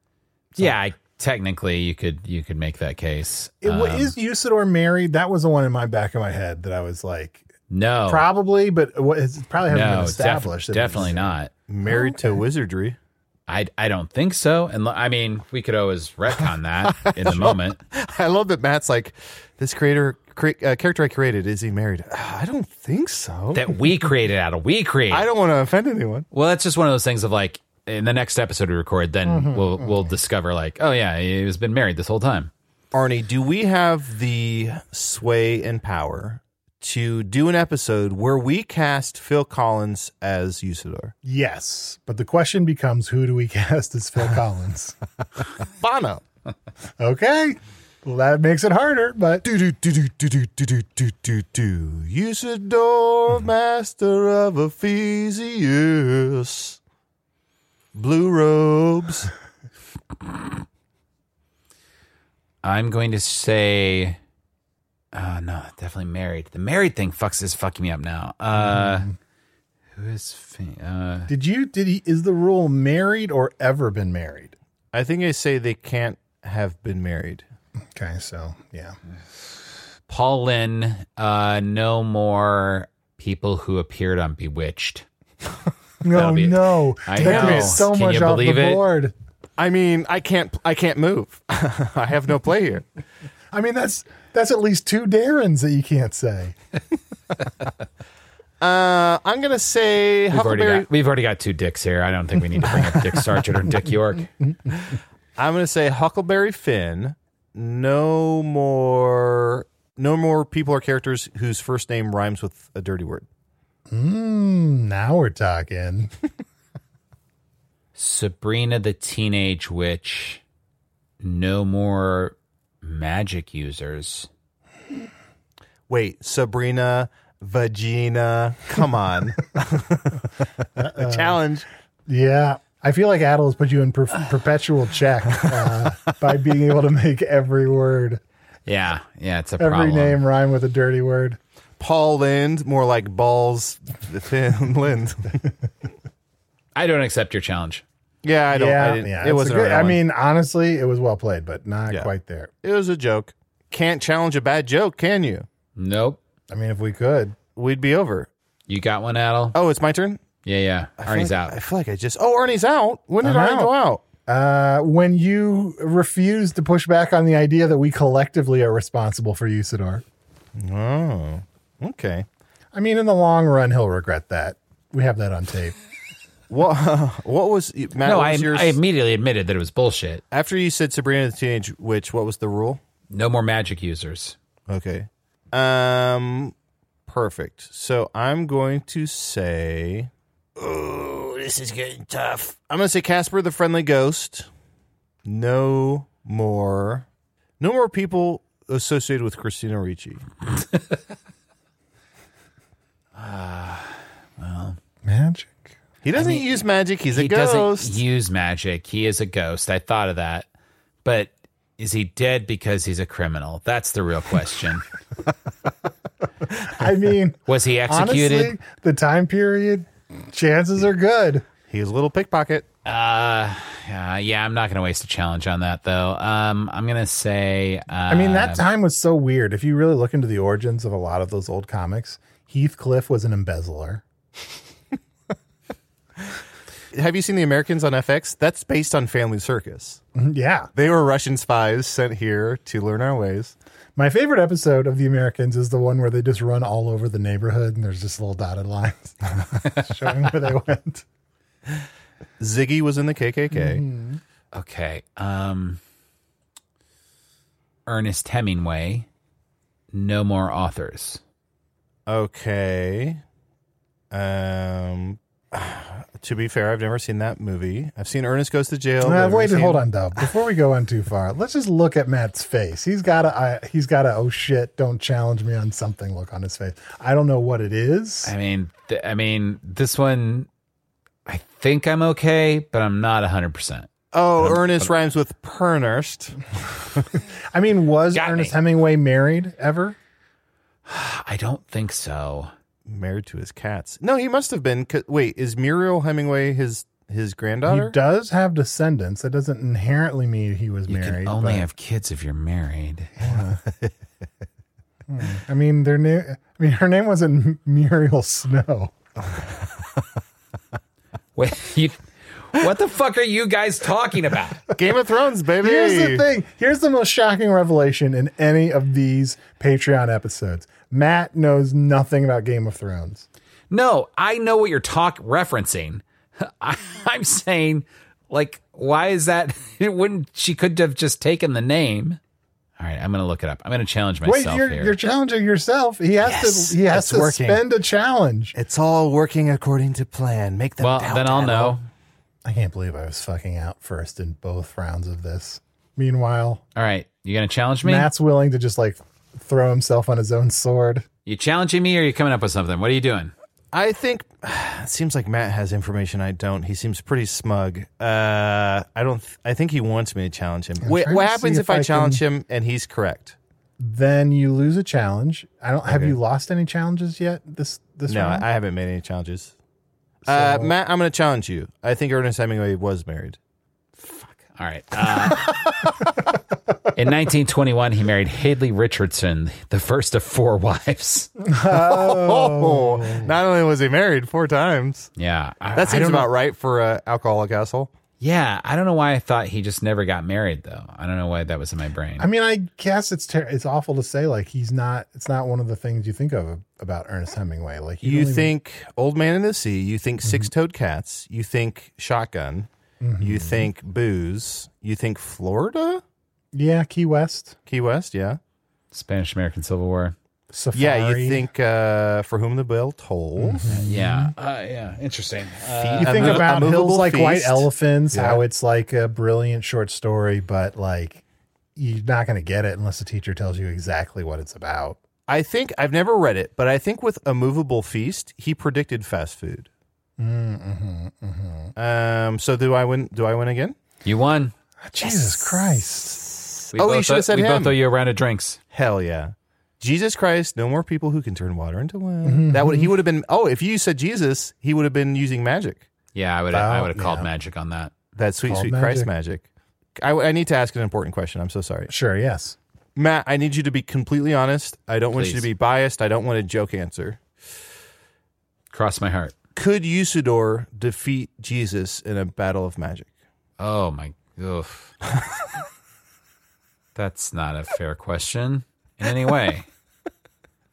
Speaker 6: Yeah, I technically you could you could make that case.
Speaker 4: It, wa-
Speaker 6: Um,
Speaker 4: is Usador married? That was the one in my back of my head that I was like,
Speaker 6: no,
Speaker 4: probably, but what- it's probably haven't
Speaker 6: Oh. no,
Speaker 4: been
Speaker 6: def-
Speaker 4: established. that it's-
Speaker 6: definitely not.
Speaker 5: Married to wizardry.
Speaker 6: I I don't think so. And lo- I mean, we could always retcon that in the moment.
Speaker 5: I love that Matt's like this creator cre- uh, character I created. Is he married? Ah, I don't think so.
Speaker 6: That we created out of we created.
Speaker 5: I don't want to offend anyone.
Speaker 6: Well, that's just one of those things of like in the next episode we record, then
Speaker 5: Mm-hmm,
Speaker 6: we'll we'll discover like, oh yeah, he has been married this whole time.
Speaker 5: Arnie, do we have the sway and power to do an episode where we cast Phil Collins as Usador?
Speaker 4: Yes, but the question becomes, who do we cast as Phil Collins?
Speaker 5: Bono.
Speaker 4: Okay, well that makes it harder, but
Speaker 5: Do do do do do do do do do do do. Usador, master of Ephesius. Blue robes.
Speaker 6: I'm going to say, oh no, definitely married. The married thing fucks is fucking me up now. Uh, who is fa- uh,
Speaker 4: did you did he is the rule married or ever been married?
Speaker 5: I think I say they can't have been married.
Speaker 4: Okay, so yeah,
Speaker 6: uh, Paul Lynn? Uh, no more people who appeared on Bewitched.
Speaker 4: no,
Speaker 6: be-
Speaker 4: Oh, no,
Speaker 6: I
Speaker 4: that
Speaker 6: know.
Speaker 4: took so
Speaker 6: Can you
Speaker 4: much off the
Speaker 6: believe it?
Speaker 4: board.
Speaker 5: I mean, I can't I can't move. I have no play here.
Speaker 4: I mean, that's that's at least two Darrens that you can't say.
Speaker 5: Uh, I'm gonna say
Speaker 6: We've already,
Speaker 5: Huckleberry.
Speaker 6: got, we've already got two dicks here. I don't think we need to bring up Dick Sargent or Dick York.
Speaker 5: I'm gonna say Huckleberry Finn. No more. No more people or characters whose first name rhymes with a dirty word.
Speaker 4: Hmm, Now we're talking.
Speaker 6: Sabrina the Teenage Witch, no more magic users.
Speaker 5: Wait, Sabrina, Vagina. Come on. a challenge.
Speaker 4: Yeah. I feel like Adel has put you in per- perpetual check uh, by being able to make every word,
Speaker 6: Yeah, yeah, it's a
Speaker 4: every
Speaker 6: problem.
Speaker 4: name rhyme with a dirty word.
Speaker 5: Paul Lind, more like balls. Finn Lind.
Speaker 6: I don't accept your challenge.
Speaker 5: Yeah, I don't. I
Speaker 4: yeah,
Speaker 5: didn't,
Speaker 4: yeah. it's
Speaker 5: it
Speaker 4: a
Speaker 5: wasn't. a
Speaker 4: good-
Speaker 5: real
Speaker 4: I
Speaker 5: one.
Speaker 4: mean, honestly, it was well played, but not
Speaker 5: Yeah.
Speaker 4: quite there.
Speaker 5: it was a joke. Can't challenge a bad joke, can you?
Speaker 6: Nope.
Speaker 4: I mean, if we could,
Speaker 5: We'd be over.
Speaker 6: You got one, Adel?
Speaker 5: Oh, it's my turn.
Speaker 6: Yeah, yeah. Arnie's
Speaker 5: I feel like-
Speaker 6: out.
Speaker 5: I feel like I just. Oh, Arnie's out. When did
Speaker 4: I'm
Speaker 5: Arnie go out?
Speaker 4: uh, when you refuse to push back on the idea that we collectively are responsible for Usador,
Speaker 5: Oh, okay.
Speaker 4: I mean, in the long run, he'll regret that. We have that on tape.
Speaker 5: What What was Matt?
Speaker 6: no,
Speaker 5: what
Speaker 6: I,
Speaker 5: was yours?
Speaker 6: I immediately admitted that it was bullshit.
Speaker 5: after you said Sabrina the Teenage Witch, what was the rule?
Speaker 6: No more magic users.
Speaker 5: Okay. Um, perfect. So I'm going to say. Oh, this is getting tough. I'm going to say Casper the Friendly Ghost. No more. No more people associated with Christina Ricci.
Speaker 4: Magic.
Speaker 5: He doesn't use magic. He's a
Speaker 6: he
Speaker 5: ghost.
Speaker 6: doesn't use magic. He is a ghost. I thought of that. But is he dead because he's a criminal? That's the real question.
Speaker 4: I mean,
Speaker 6: Was he executed?
Speaker 4: honestly, the time period, chances are good.
Speaker 5: He's a little pickpocket.
Speaker 6: Uh, uh, yeah, I'm not going to waste a challenge on that though. Um, I'm going to say. Uh,
Speaker 4: I mean, that time was so weird. If you really look into the origins of a lot of those old comics, Heathcliff was an embezzler.
Speaker 5: Have you seen The Americans on FX? That's based on Family Circus.
Speaker 4: Mm-hmm, Yeah.
Speaker 5: They were Russian spies sent here to learn our ways.
Speaker 4: My favorite episode of The Americans is the one where they just run all over the neighborhood and there's just little dotted lines showing where they went.
Speaker 5: Ziggy was in the KKK.
Speaker 6: okay. Um, Ernest Hemingway, no more authors.
Speaker 5: Okay. Um, to be fair, I've never seen that movie. I've seen Ernest Goes to Jail.
Speaker 4: Uh,
Speaker 5: but I've never
Speaker 4: wait,
Speaker 5: seen-
Speaker 4: hold on though. Before we go on too far, let's just look at Matt's face. He's got a I, he's got a oh shit, don't challenge me on something look on his face. I don't know what it is.
Speaker 6: I mean, th- I mean, this one, I think I'm okay, but I'm not hundred percent.
Speaker 5: Oh, Ernest rhymes with Pernest.
Speaker 4: I mean, was
Speaker 6: Got
Speaker 4: Ernest
Speaker 6: me.
Speaker 4: Hemingway married ever?
Speaker 6: I don't think so.
Speaker 5: Married to his cats. No, he must have been. 'cause- Wait, is Muriel Hemingway his his
Speaker 4: He
Speaker 5: granddaughter?
Speaker 4: does have descendants. That doesn't inherently mean he was
Speaker 3: You
Speaker 4: married.
Speaker 3: can only
Speaker 4: but-
Speaker 3: have kids if you're married.
Speaker 4: I mean, their name. I mean, her name wasn't Muriel Snow.
Speaker 3: Wait, you, what the fuck are you guys talking about?
Speaker 5: Game of Thrones, baby.
Speaker 4: Here's the thing. Here's the most shocking revelation in any of these Patreon episodes. Matt knows nothing about Game of Thrones.
Speaker 3: No, I know what you're talk referencing. I, I'm saying, like, why is that? It wouldn't. She could have just taken the name. All right, I'm gonna look it up. I'm gonna challenge
Speaker 4: Wait,
Speaker 3: myself
Speaker 4: you're,
Speaker 3: here.
Speaker 4: you're challenging yourself. He has
Speaker 5: Yes,
Speaker 4: to. He has
Speaker 5: it's
Speaker 4: to
Speaker 5: working.
Speaker 4: spend a challenge.
Speaker 5: It's all working according to plan. Make them
Speaker 3: well,
Speaker 5: doubt
Speaker 3: then I'll
Speaker 5: that.
Speaker 3: know.
Speaker 4: I can't believe I was fucking out first in both rounds of this. Meanwhile,
Speaker 3: All right, you gonna challenge me?
Speaker 4: Matt's willing to just like throw himself on his own sword.
Speaker 3: You challenging me, or you coming up with something? What are you doing?
Speaker 5: I think it seems like Matt has information I don't. He seems pretty smug. Uh, I don't. Th- I think he wants me to challenge him. Wait,
Speaker 4: trying
Speaker 5: what
Speaker 4: to see
Speaker 5: happens
Speaker 4: if
Speaker 5: if,
Speaker 4: I
Speaker 5: I,
Speaker 4: can-
Speaker 5: challenge him and he's correct?
Speaker 4: Then you lose a challenge. I don't. Have you lost any challenges yet? This this
Speaker 5: No,
Speaker 4: round?
Speaker 5: I haven't made any challenges. Uh, Matt, I'm going to challenge you. I think Ernest Hemingway was married.
Speaker 3: All right. Uh, in 1921, he married Hadley Richardson, the first of four wives.
Speaker 5: Oh, not only was he married four times.
Speaker 3: Yeah, I,
Speaker 5: That
Speaker 3: I
Speaker 5: seems
Speaker 3: don't know-
Speaker 5: about right for an alcoholic asshole.
Speaker 3: Yeah, I don't know why I thought he just never got married though. I don't know why that was in my brain.
Speaker 4: I mean, I guess it's ter- it's awful to say. Like he's not. It's not one of the things you think of about Ernest Hemingway. Like you
Speaker 5: You
Speaker 4: don't even- Mm-hmm.
Speaker 5: think Old Man in the Sea. You think Six Toed Cats. You think Shotgun.
Speaker 4: Mm-hmm.
Speaker 5: You think Booze. You think Florida?
Speaker 4: yeah, Key West,
Speaker 5: Key West, yeah.
Speaker 3: Spanish American Civil War.
Speaker 4: Safari. Mm-hmm.
Speaker 5: Yeah, you think uh, For Whom the Bell Tolls.
Speaker 3: Yeah,
Speaker 5: Mm-hmm.
Speaker 3: uh, yeah, interesting. Uh,
Speaker 4: you think
Speaker 5: A Mo-
Speaker 4: about
Speaker 5: A
Speaker 4: hills
Speaker 5: Movable
Speaker 4: like White
Speaker 5: Feast.
Speaker 4: Elephants.
Speaker 5: Yeah.
Speaker 4: How it's like a brilliant short story, but like you're not going to get it unless the teacher tells you exactly what it's about.
Speaker 5: I think I've never read it, but I think with A Movable Feast, he predicted fast food.
Speaker 4: Mm-hmm,
Speaker 5: Um. So do I win? Do I win again?
Speaker 3: You won.
Speaker 4: Jesus Christ!
Speaker 3: We
Speaker 5: oh, you
Speaker 3: both
Speaker 5: should
Speaker 3: owe-
Speaker 5: have said
Speaker 3: we
Speaker 5: him.
Speaker 3: both owe you a round of drinks.
Speaker 5: Hell yeah. Jesus Christ, no more people who can turn water into wine.
Speaker 4: Mm-hmm.
Speaker 5: That would he would have been. Oh, if you said Jesus, he would have been using magic.
Speaker 3: Yeah, I would. I
Speaker 4: Wow,
Speaker 3: would have called
Speaker 4: yeah.
Speaker 3: magic on that.
Speaker 5: That sweet,
Speaker 4: Called
Speaker 5: sweet Christ magic. I, I need to ask an important question. I'm so sorry,
Speaker 4: Sure, yes.
Speaker 5: Matt. I need you to be completely honest. I don't want you
Speaker 3: Please.
Speaker 5: to be biased. I don't want a joke answer.
Speaker 3: Cross my heart.
Speaker 5: Could Usador defeat Jesus in a battle of magic?
Speaker 3: Oh my. Oof. That's not a fair question in any way.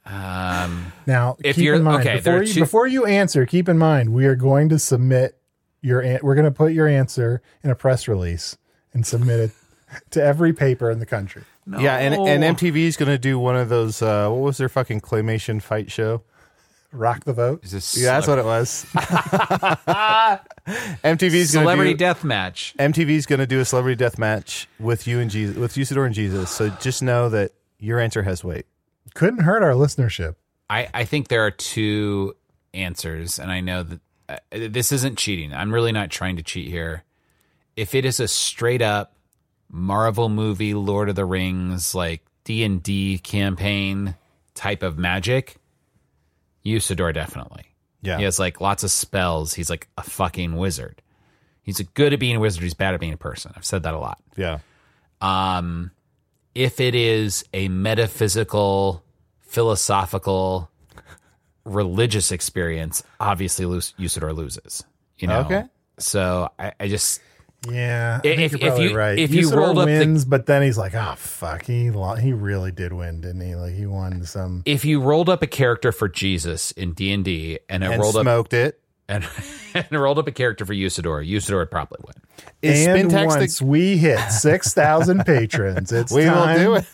Speaker 3: Um.
Speaker 4: Now,
Speaker 3: If
Speaker 4: keep
Speaker 3: you're-
Speaker 4: in mind
Speaker 3: okay, there
Speaker 4: before
Speaker 3: are
Speaker 4: you
Speaker 3: two-
Speaker 4: before you answer, keep in mind we are going to submit your an- we're going to put your answer in a press release and submit it to every paper in the country.
Speaker 5: Yeah, and,
Speaker 4: Oh.
Speaker 5: and MTV is going to do one of those. Uh, what was their fucking claymation fight show?
Speaker 4: Rock the vote.
Speaker 3: Is this
Speaker 5: Yeah, that's what it was. MTV's going to
Speaker 3: celebrity
Speaker 5: do,
Speaker 3: death match?
Speaker 5: MTV's going to do a celebrity death match with you and Jesus, with Usador and Jesus. So just know that your answer has weight.
Speaker 4: Couldn't hurt our listenership.
Speaker 3: I, I think there are two answers, and I know that uh, this isn't cheating. I'm really not trying to cheat here. If it is a straight up Marvel movie, Lord of the Rings, like D and D campaign type of magic, Usador definitely.
Speaker 5: Yeah.
Speaker 3: He has like lots of spells. He's like a fucking wizard. He's good at being a wizard. He's bad at being a person. I've said that a lot
Speaker 5: Yeah.
Speaker 3: um, if it is a metaphysical, philosophical, religious experience, obviously Lu- Usador loses. You know.
Speaker 5: Okay.
Speaker 3: So I, I just
Speaker 4: Yeah, I
Speaker 3: If- if-
Speaker 4: think you're
Speaker 3: if
Speaker 4: probably
Speaker 3: you-
Speaker 4: right.
Speaker 3: if you
Speaker 4: Usador
Speaker 3: rolled up the-
Speaker 4: wins, but then he's like, "Ah, fuck, he lo- he really did win, didn't he? Like he won some."
Speaker 3: if you rolled up a character for Jesus in D and D, and it
Speaker 5: And
Speaker 3: rolled up
Speaker 5: smoked it.
Speaker 3: and, and rolled up a character for Usador, Usador would probably win.
Speaker 5: Is
Speaker 4: and
Speaker 5: Spintax the-
Speaker 4: once we hit six thousand patrons, it's
Speaker 5: we will
Speaker 4: time
Speaker 5: do it.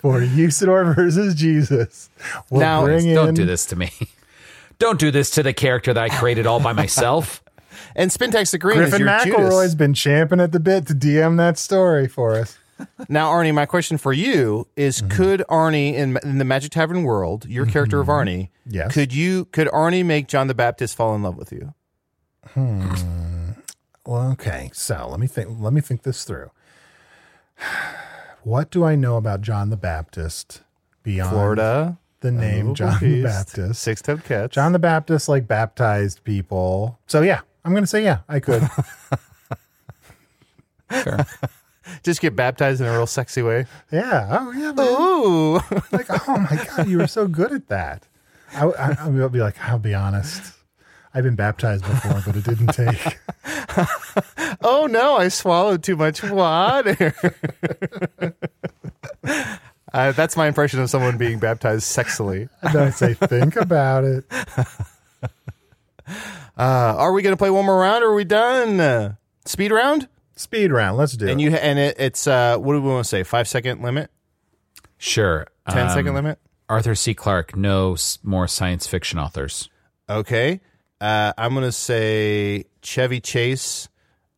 Speaker 4: for Usador versus Jesus. We'll
Speaker 5: Now-
Speaker 4: bring in
Speaker 3: Don't do this to me. Don't do this to the character that I created all by myself.
Speaker 5: And Spintax the Green is
Speaker 4: Griffin
Speaker 5: your
Speaker 4: McElroy's
Speaker 5: Judas.
Speaker 4: been champing at the bit to DM that story for us.
Speaker 5: Now, Arnie, my question for you is:
Speaker 4: Mm-hmm.
Speaker 5: Could Arnie in, in the Magic Tavern world, your character of Arnie,
Speaker 4: Yes.
Speaker 5: could you could Arnie make John the Baptist fall in love with you?
Speaker 4: Well, okay. So let me think. Let me think this through. What do I know about John the Baptist beyond
Speaker 5: Florida,
Speaker 4: the name John the Baptist.
Speaker 5: Six toed cats.
Speaker 4: John the Baptist like baptized people. So yeah, I'm gonna say yeah, I could.
Speaker 5: Just get baptized in a real sexy way.
Speaker 4: yeah. Oh yeah. man.
Speaker 5: Ooh.
Speaker 4: like, oh my god, you were so good at that. I, I, I will be like, I'll be honest. I've been baptized before, but it didn't take.
Speaker 5: oh no, I swallowed too much water. uh, that's my impression of someone being baptized sexily.
Speaker 4: And then I say, think about it.
Speaker 5: Uh, are we going to play one more round or are we done? Uh, speed round?
Speaker 4: Speed round. Let's do
Speaker 5: And
Speaker 4: it.
Speaker 5: you and it, it's uh, what do we want to say? Five second limit,
Speaker 6: Sure.
Speaker 5: Ten second
Speaker 6: Um,
Speaker 5: limit.
Speaker 6: Arthur C. Clarke, no s- more science fiction authors.
Speaker 5: Okay, uh, I'm going to say Chevy Chase.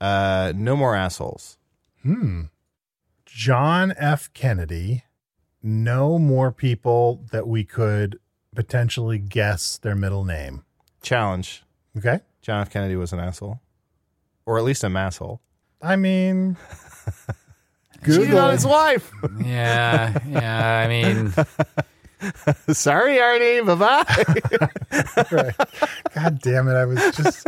Speaker 5: Uh, no more assholes.
Speaker 4: John F. Kennedy. No more people that we could potentially guess their middle name.
Speaker 5: Challenge.
Speaker 4: Okay.
Speaker 5: John F. Kennedy was an asshole, or at least a masshole.
Speaker 4: I mean,
Speaker 5: Cheated on his
Speaker 4: Google.
Speaker 5: wife.
Speaker 6: Yeah, yeah. I mean,
Speaker 5: Sorry, Arnie. Bye bye.
Speaker 4: Right. God damn it. I was just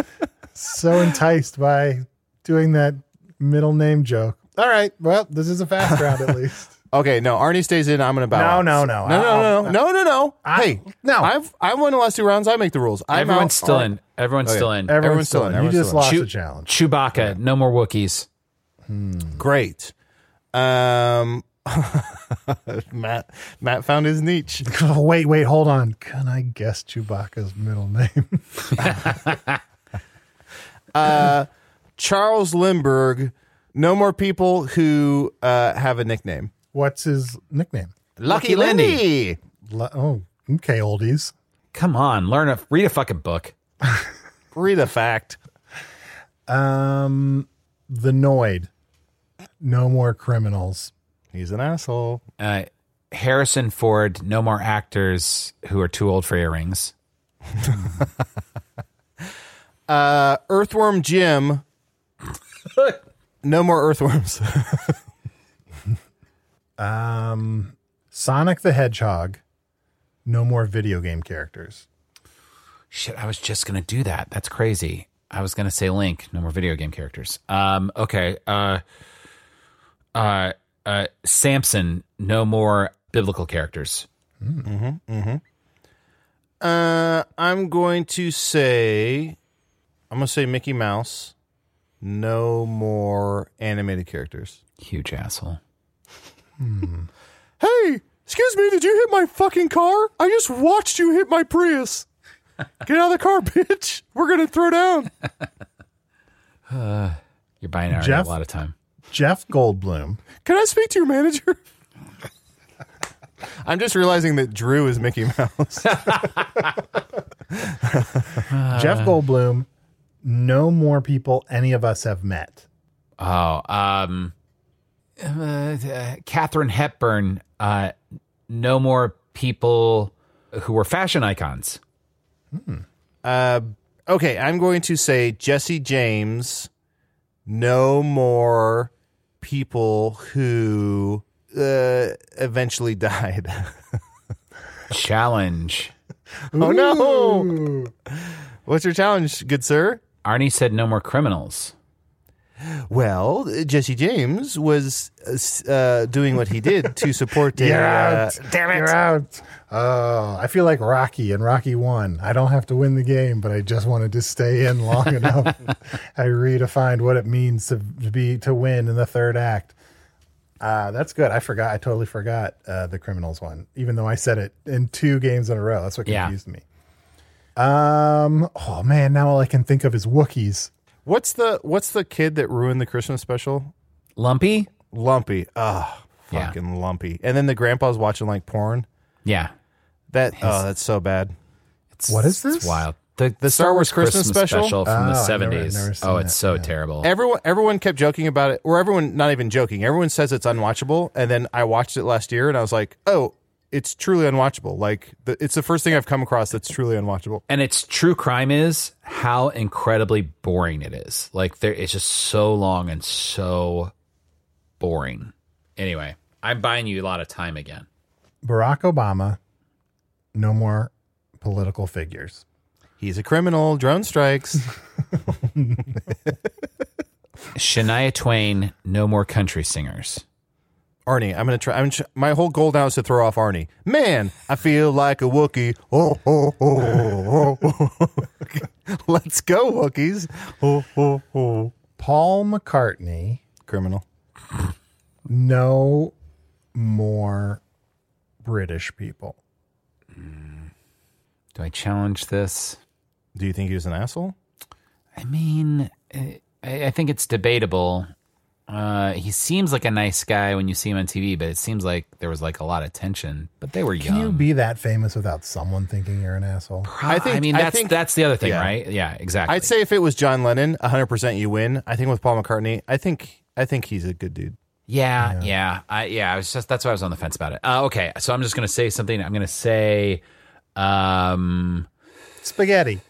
Speaker 4: so enticed by doing that middle name joke. All right. Well, this is a fast round at least.
Speaker 5: okay, no. Arnie stays in. I'm going to bow.
Speaker 4: No,
Speaker 5: out.
Speaker 4: no, no.
Speaker 5: no, no, no, no, no, no.
Speaker 4: I-
Speaker 5: hey,
Speaker 4: no.
Speaker 5: I've I won the last two rounds. I make the rules. I'm
Speaker 6: everyone's
Speaker 5: out.
Speaker 6: still
Speaker 5: Arnie-
Speaker 6: in. Everyone's
Speaker 5: Okay.
Speaker 6: still in.
Speaker 4: Everyone's,
Speaker 5: Everyone's
Speaker 4: still
Speaker 5: still in.
Speaker 4: in.
Speaker 5: Everyone's
Speaker 4: you just
Speaker 5: still in.
Speaker 4: lost the
Speaker 6: Chew-
Speaker 4: challenge.
Speaker 3: Uh,
Speaker 6: Chewbacca, no more Wookiees.
Speaker 5: Great. Um, Matt Matt found his niche.
Speaker 4: Oh, wait, wait, hold on. Can I guess Chewbacca's middle name?
Speaker 5: Charles Lindbergh. No more people who uh, have a nickname.
Speaker 4: What's his nickname?
Speaker 6: Lucky Lindy.
Speaker 4: L- oh, okay, oldies.
Speaker 6: Come on, learn a read a fucking book.
Speaker 5: Read a fact.
Speaker 4: Um, the Noid. No more criminals.
Speaker 5: He's an asshole.
Speaker 6: Uh, Harrison Ford, no more actors who are too old for earrings.
Speaker 5: Uh, Earthworm Jim. no more earthworms.
Speaker 4: Um, Sonic the Hedgehog. No more video game characters.
Speaker 6: Shit, I was just gonna do that. That's crazy. I was gonna say Link, no more video game characters. Um, okay. Uh, uh, uh, Samson, no more biblical characters.
Speaker 5: Uh, I'm going to say, I'm going to say Mickey Mouse. No more animated characters.
Speaker 6: Huge asshole.
Speaker 5: Hey, excuse me, did you hit my fucking car? I just watched you hit my Prius. Get out of the car, bitch. We're going to throw down.
Speaker 6: You're buying already
Speaker 4: Jeff?
Speaker 6: a lot of time.
Speaker 4: Jeff Goldblum.
Speaker 5: Can I speak to your manager? I'm just realizing that Drew is Mickey Mouse.
Speaker 4: Jeff Goldblum. No more people any of us have met.
Speaker 6: Oh, um, uh, Catherine Hepburn, uh, no more people who were fashion icons.
Speaker 5: Uh, okay, I'm going to say Jesse James. No more people who uh, eventually died.
Speaker 6: Challenge.
Speaker 5: oh no! What's your challenge, good sir?
Speaker 6: Arnie said no more criminals.
Speaker 5: Well, Jesse James was uh, s- uh, doing what he did to support a,
Speaker 4: You're
Speaker 5: uh,
Speaker 4: out. Damn it. You're out. Oh, I feel like Rocky and Rocky won. I don't have to win the game, but I just wanted to stay in long enough. I redefined what it means to to be to win in the third act. Uh, that's good. I forgot. I totally forgot uh, the criminals one, even though I said it in two games in a row. That's what
Speaker 6: Yeah.
Speaker 4: confused me. Um. Oh man, now all I can think of is Wookiees.
Speaker 5: what's the what's the kid that ruined the Christmas special?
Speaker 6: Lumpy?
Speaker 5: Lumpy. Ah,
Speaker 6: Yeah.
Speaker 5: fucking lumpy. And then the grandpa's watching like porn.
Speaker 6: Yeah.
Speaker 5: That oh, that's so bad.
Speaker 6: It's,
Speaker 4: What is
Speaker 6: It's
Speaker 4: this?
Speaker 6: wild. The, the
Speaker 5: Star Wars Christmas special?
Speaker 6: from the
Speaker 4: Oh, I've never-
Speaker 6: 70s.
Speaker 4: never seen
Speaker 6: oh, it's
Speaker 4: that,
Speaker 6: so
Speaker 4: yeah.
Speaker 6: terrible.
Speaker 5: Everyone everyone kept joking about it, or everyone not even joking. Everyone says it's unwatchable, and then I watched it last year, and I was like, oh, it's truly unwatchable. Like the, it's the first thing I've come across that's truly unwatchable.
Speaker 6: and its true crime is how incredibly boring it is. Like there, it's just so long and so boring. Anyway, I'm buying you a lot of time again.
Speaker 4: Barack Obama, no more political figures.
Speaker 5: He's a criminal. Drone strikes.
Speaker 6: Shania Twain, no more country singers.
Speaker 5: Arnie, I'm gonna try. I'm tr- my whole goal now is to throw off Arnie. Man, I feel like a Wookiee. Oh, oh, oh, oh, oh. Let's go, Wookiees. Oh, oh, oh.
Speaker 4: Paul McCartney,
Speaker 5: Criminal.
Speaker 4: no more British people.
Speaker 6: Do I challenge this?
Speaker 5: Do you think he was an asshole?
Speaker 6: I mean, I, I think it's debatable. Uh, he seems like a nice guy when you see him on TV, but it seems like there was like a lot of tension. But they were
Speaker 4: Can
Speaker 6: young.
Speaker 4: you be that famous without someone thinking you're an asshole?
Speaker 6: Pro- Uh, I,
Speaker 5: think-
Speaker 6: mean,
Speaker 5: I
Speaker 6: that's
Speaker 5: think-
Speaker 6: that's the other thing,
Speaker 5: yeah.
Speaker 6: right? Yeah, exactly.
Speaker 5: I'd say if it was John Lennon, 100 percent you win. I think with Paul McCartney, I think I think he's a good dude.
Speaker 6: Yeah, yeah, I, yeah. I was just that's why I was on the fence about it. Uh, okay, so I'm just gonna say something. I'm gonna say, um,
Speaker 4: Spaghetti.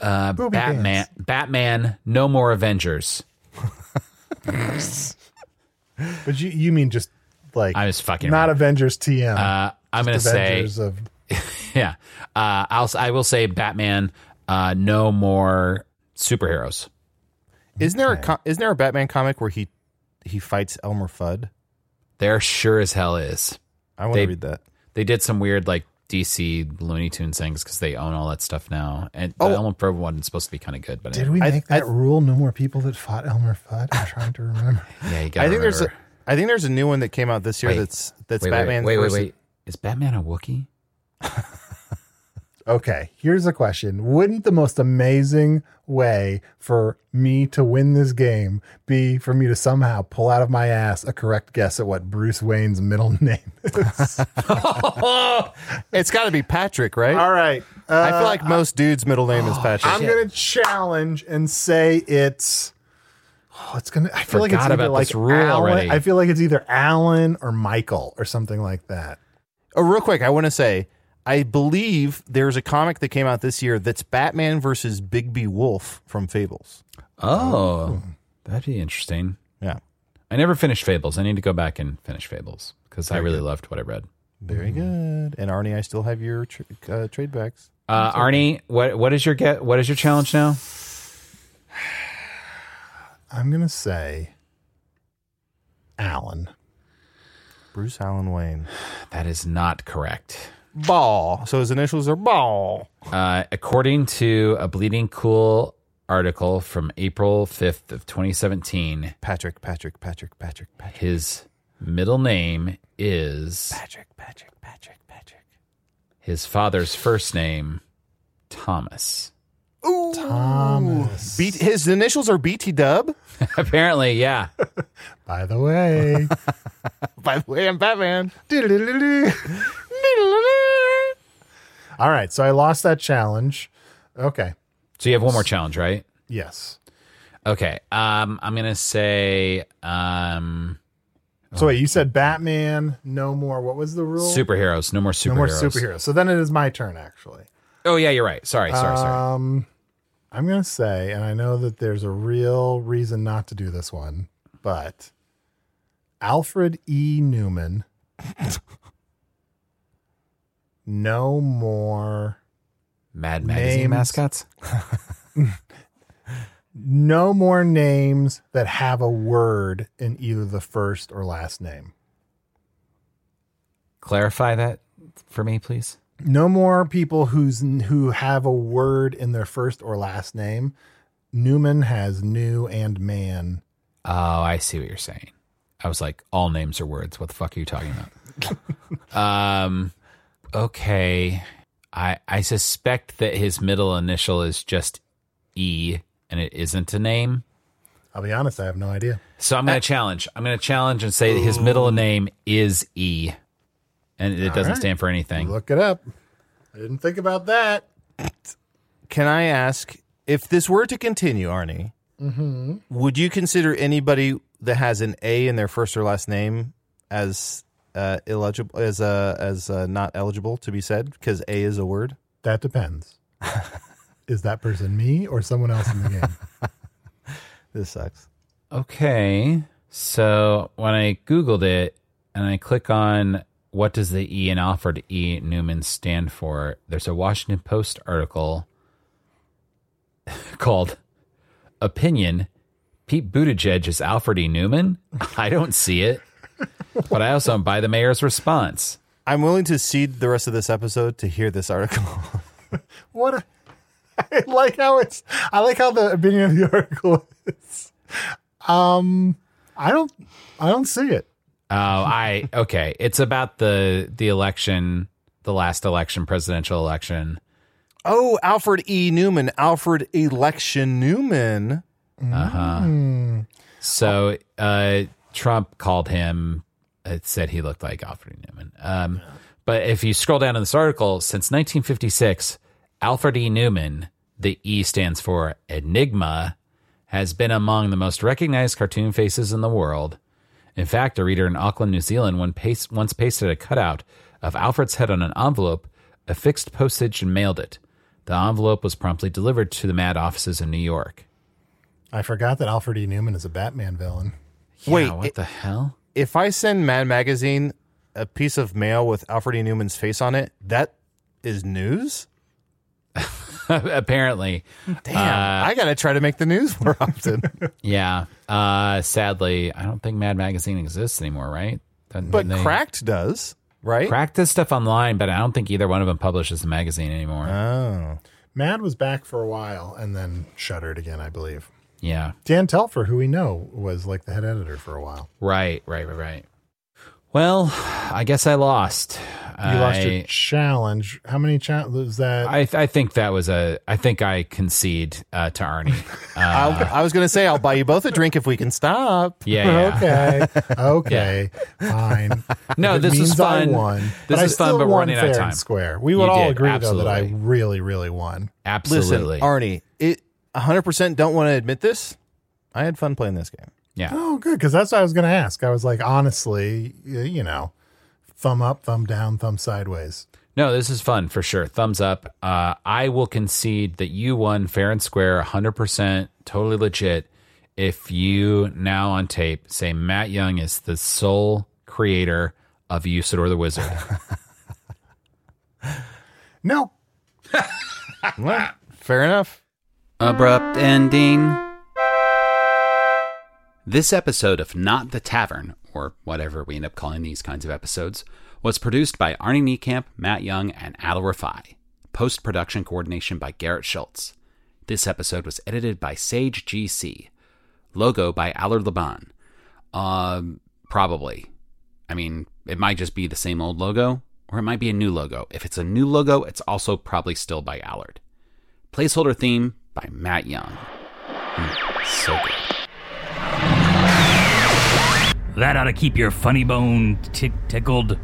Speaker 6: uh,
Speaker 4: Booby
Speaker 6: Batman,
Speaker 4: bands.
Speaker 6: Batman, no more Avengers.
Speaker 4: But you, you mean just like
Speaker 6: I was fucking
Speaker 4: not Avengers TM.
Speaker 6: Uh, I'm gonna
Speaker 4: Avengers
Speaker 6: say,
Speaker 4: of
Speaker 6: yeah. Uh, I'll s- I will say Batman, uh, no more superheroes.
Speaker 5: Isn't there a co- isn't there a Batman comic where he he fights Elmer Fudd?
Speaker 6: There sure as hell is.
Speaker 5: I want to
Speaker 6: They-
Speaker 5: read that.
Speaker 6: They did some weird like DC Looney Tunes things because they own all that stuff now. And
Speaker 5: Oh.
Speaker 6: the Elmer Fudd one is supposed to be kind of good, but
Speaker 4: Did we
Speaker 5: I-
Speaker 4: make
Speaker 5: I-
Speaker 4: that rule? No more people that fought Elmer Fudd. I'm trying to remember.
Speaker 6: yeah, you
Speaker 5: I
Speaker 6: gotta
Speaker 5: think there's a
Speaker 6: remember.
Speaker 5: I think there's a new one that came out this year
Speaker 6: Wait.
Speaker 5: that's that's
Speaker 6: wait,
Speaker 5: Batman.
Speaker 6: Wait, wait, wait,
Speaker 5: versus-
Speaker 6: wait. Is Batman a Wookiee?
Speaker 4: Okay, here's a question. Wouldn't the most amazing way for me to win this game be for me to somehow pull out of my ass a correct guess at what Bruce Wayne's middle name is?
Speaker 5: It's got to be Patrick, right?
Speaker 4: All right. Uh,
Speaker 5: I feel like most dudes' middle name
Speaker 6: oh,
Speaker 5: is Patrick.
Speaker 4: I'm going to challenge and say it's. Oh, it's gonna. I feel like it's
Speaker 6: Forgot
Speaker 4: either
Speaker 6: about
Speaker 4: like
Speaker 6: this rule
Speaker 4: Alan-
Speaker 6: already.
Speaker 4: I feel like it's either Alan or Michael or something like that.
Speaker 5: oh, real quick, I want to say I believe there's a comic that came out this year that's Batman versus Bigby Wolf from Fables.
Speaker 6: Oh, that'd be interesting.
Speaker 5: Yeah,
Speaker 6: I never finished Fables. I need to go back and finish Fables because I really loved what I read.
Speaker 5: very
Speaker 6: Hmm.
Speaker 5: good. And Arnie, I still have your tr- uh, trade backs.
Speaker 6: Uh, Arnie, what what is your get? What is your challenge now?
Speaker 4: I'm gonna say Alan.
Speaker 5: Bruce Allen Wayne.
Speaker 6: That is not correct.
Speaker 5: Ball. So his initials are Ball.
Speaker 6: Uh, according to a Bleeding Cool article from April fifth of twenty seventeen,
Speaker 5: Patrick. Patrick. Patrick. Patrick. Patrick.
Speaker 6: his middle name is
Speaker 5: Patrick. Patrick. Patrick. Patrick.
Speaker 6: his father's first name, Thomas.
Speaker 4: Thomas.
Speaker 5: B- his initials are BT Dub.
Speaker 6: Apparently, yeah.
Speaker 4: By the way,
Speaker 5: By the way, I'm Batman.
Speaker 4: Diddle-diddle-doo. All right, so I lost that challenge. Okay.
Speaker 6: So you have one more challenge, right?
Speaker 4: Yes.
Speaker 6: Okay. Um, I'm gonna say um,
Speaker 4: So wait, you said Batman, no more. What was the rule?
Speaker 6: superheroes. No more superheroes.
Speaker 4: no more superheroes. So then it is my turn actually.
Speaker 6: Oh yeah, you're right. Sorry, sorry, sorry.
Speaker 4: Um I'm going to say and I know that there's a real reason not to do this one, but Alfred E. Newman no more
Speaker 6: Mad Magazine
Speaker 4: names.
Speaker 6: mascots.
Speaker 4: no more names that have a word in either the first or last name.
Speaker 6: Clarify that for me, please.
Speaker 4: No more people who's who have a word in their first or last name. Newman has new and man.
Speaker 6: Oh, I see what you're saying. I was like, all names are words. What the fuck are you talking about? um, okay. I I suspect that his middle initial is just E, and it isn't a name.
Speaker 4: I'll be honest, I have no idea.
Speaker 6: So I'm
Speaker 4: Uh,
Speaker 6: going to challenge. I'm going to challenge and say that his middle name is E, and it doesn't
Speaker 4: right.
Speaker 6: stand for anything.
Speaker 4: Look it up. I didn't think about that.
Speaker 5: Can I ask if this were to continue, Arnie? Would you consider anybody that has an A in their first or last name as uh, illegible, as uh, as uh, not eligible to be said because A is a word?
Speaker 4: That depends. Is that person me or someone else in the game?
Speaker 5: This sucks.
Speaker 6: Okay. So when I Googled it and I click on what does the E in Alfred E. Newman stand for? There's a Washington Post article called Opinion Pete Buttigieg is Alfred E. Newman. I don't see it, but I also am by the mayor's response.
Speaker 5: I'm willing to cede the rest of this episode to hear this article.
Speaker 4: What a, I like how it's I like how the opinion of the article is. Um I don't I don't see it.
Speaker 6: Oh, I okay. It's about the the election, the last election, presidential election.
Speaker 5: oh, Alfred E. Newman, Alfred Election Newman.
Speaker 6: So uh, Trump called him. It said he looked like Alfred E. Newman. Um, but if you scroll down in this article, since 1956, Alfred E. Newman, the E stands for Enigma, has been among the most recognized cartoon faces in the world. In fact, a reader in Auckland, New Zealand, one paste, once pasted a cutout of Alfred's head on an envelope, affixed postage, and mailed it. The envelope was promptly delivered to the MAD offices in New York.
Speaker 4: I forgot that Alfred E. Newman is a Batman villain.
Speaker 5: Wait,
Speaker 6: Yeah, what
Speaker 5: it-
Speaker 6: the hell?
Speaker 5: if I send Mad Magazine a piece of mail with Alfred E. Newman's face on it, that is news?
Speaker 6: Apparently.
Speaker 5: Damn.
Speaker 6: Uh,
Speaker 5: I got to try to make the news more often.
Speaker 6: Yeah. Uh, sadly, I don't think Mad Magazine exists anymore, right? Don't-
Speaker 5: but
Speaker 6: they-
Speaker 5: Cracked does, right?
Speaker 6: Cracked does stuff online, but I don't think either one of them publishes the magazine anymore.
Speaker 4: Uh.
Speaker 5: Oh.
Speaker 4: Mad was back for a while and then shuttered again, I believe.
Speaker 6: yeah.
Speaker 4: Dan Telfer, who we know, was like the head editor for a while.
Speaker 6: Right. Right. Right. Right. Well, I guess I lost.
Speaker 4: You lost
Speaker 6: I-
Speaker 4: your challenge. How many challenges that?
Speaker 6: I, I think that was a. I think I concede uh, to Arnie. Uh,
Speaker 5: I'll- I was going to say, I'll buy you both a drink if we can stop.
Speaker 6: yeah, yeah.
Speaker 4: Okay. Okay. Fine.
Speaker 6: No,
Speaker 4: If it
Speaker 6: this is
Speaker 4: means I
Speaker 6: fun.
Speaker 4: won,
Speaker 6: This
Speaker 4: but I
Speaker 6: is fun,
Speaker 4: still
Speaker 6: but we're
Speaker 4: won
Speaker 6: running out
Speaker 4: fair
Speaker 6: of
Speaker 4: and
Speaker 6: time.
Speaker 4: Square. We
Speaker 6: You
Speaker 4: would all
Speaker 6: did,
Speaker 4: agree though that I
Speaker 6: absolutely.
Speaker 4: really, really won.
Speaker 6: Absolutely.
Speaker 5: Listen, Arnie, it 100% don't want to admit this. I had fun playing this game.
Speaker 6: yeah.
Speaker 4: Oh, good, because that's what I was going to ask. I was like, honestly, y- you know, thumb up, thumb down, thumb sideways.
Speaker 6: No, this is fun for sure. Thumbs up. Uh, I will concede that you won fair and square, 100%, totally legit. If you now on tape say Matt Young is the sole creator of Usador the Wizard,
Speaker 4: No,
Speaker 6: Ah.
Speaker 5: Well, fair enough.
Speaker 3: Abrupt ending. This episode of Not the Tavern, or whatever we end up calling these kinds of episodes, was produced by Arnie Niekamp, Matt Young, and Al Rafai. Post production coordination by Garrett Schultz. This episode was edited by Sage GC. Logo by Allard Laban. Um, probably. I mean, it might just be the same old logo, or it might be a new logo. If it's a new logo, it's also probably still by Allard. Placeholder theme by Matt Young. Mm, so good.
Speaker 2: That ought to keep your funny bone tick tickled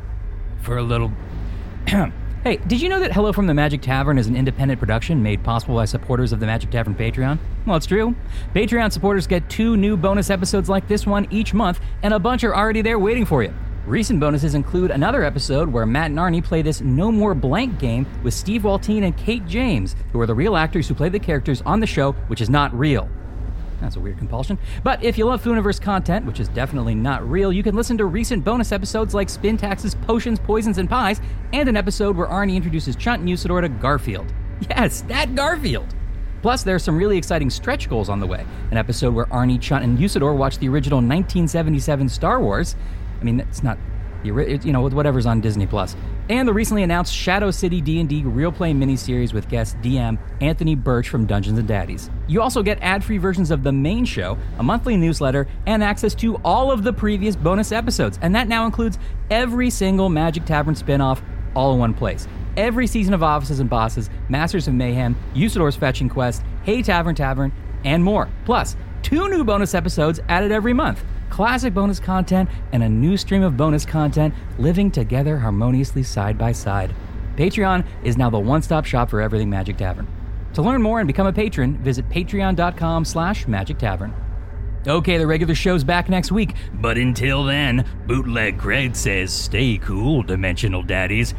Speaker 2: for a little. hey, did you know that Hello from the Magic Tavern is an independent production made possible by supporters of the Magic Tavern Patreon? Well, it's true. Patreon supporters get two new bonus episodes like this one each month, and a bunch are already there waiting for you. Recent bonuses include another episode where Matt and Arnie play this No More Blank game with Steve Waltine and Kate James, who are the real actors who play the characters on the show, which is not real. That's a weird compulsion. But if you love Fooniverse content, which is definitely not real, you can listen to recent bonus episodes like Spin Taxes, Potions, Poisons, and Pies, and an episode where Arnie introduces Chunt and Usador to Garfield. Yes, that Garfield! Plus, there are some really exciting stretch goals on the way. An episode where Arnie, Chunt, and Usador watch the original 1977 Star Wars. I mean, it's not the ori- it's, you know whatever's on Disney Plus, and the recently announced Shadow City D&D real play miniseries with guest DM Anthony Birch from Dungeons and Daddies. You also get ad-free versions of the main show, a monthly newsletter, and access to all of the previous bonus episodes, and that now includes every single Magic Tavern spin-off all in one place. Every season of Offices and Bosses, Masters of Mayhem, Usador's Fetching Quest, Hey Tavern Tavern, and more. Plus, two new bonus episodes added every month classic bonus content, and a new stream of bonus content living together harmoniously side by side. Patreon is now the one-stop shop for everything Magic Tavern. To learn more and become a patron, visit patreon.com slash magic tavern. Okay, the regular show's back next week, but until then, Bootleg Craig says stay cool, Dimensional Daddies.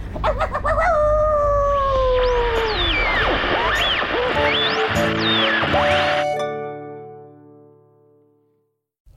Speaker 7: In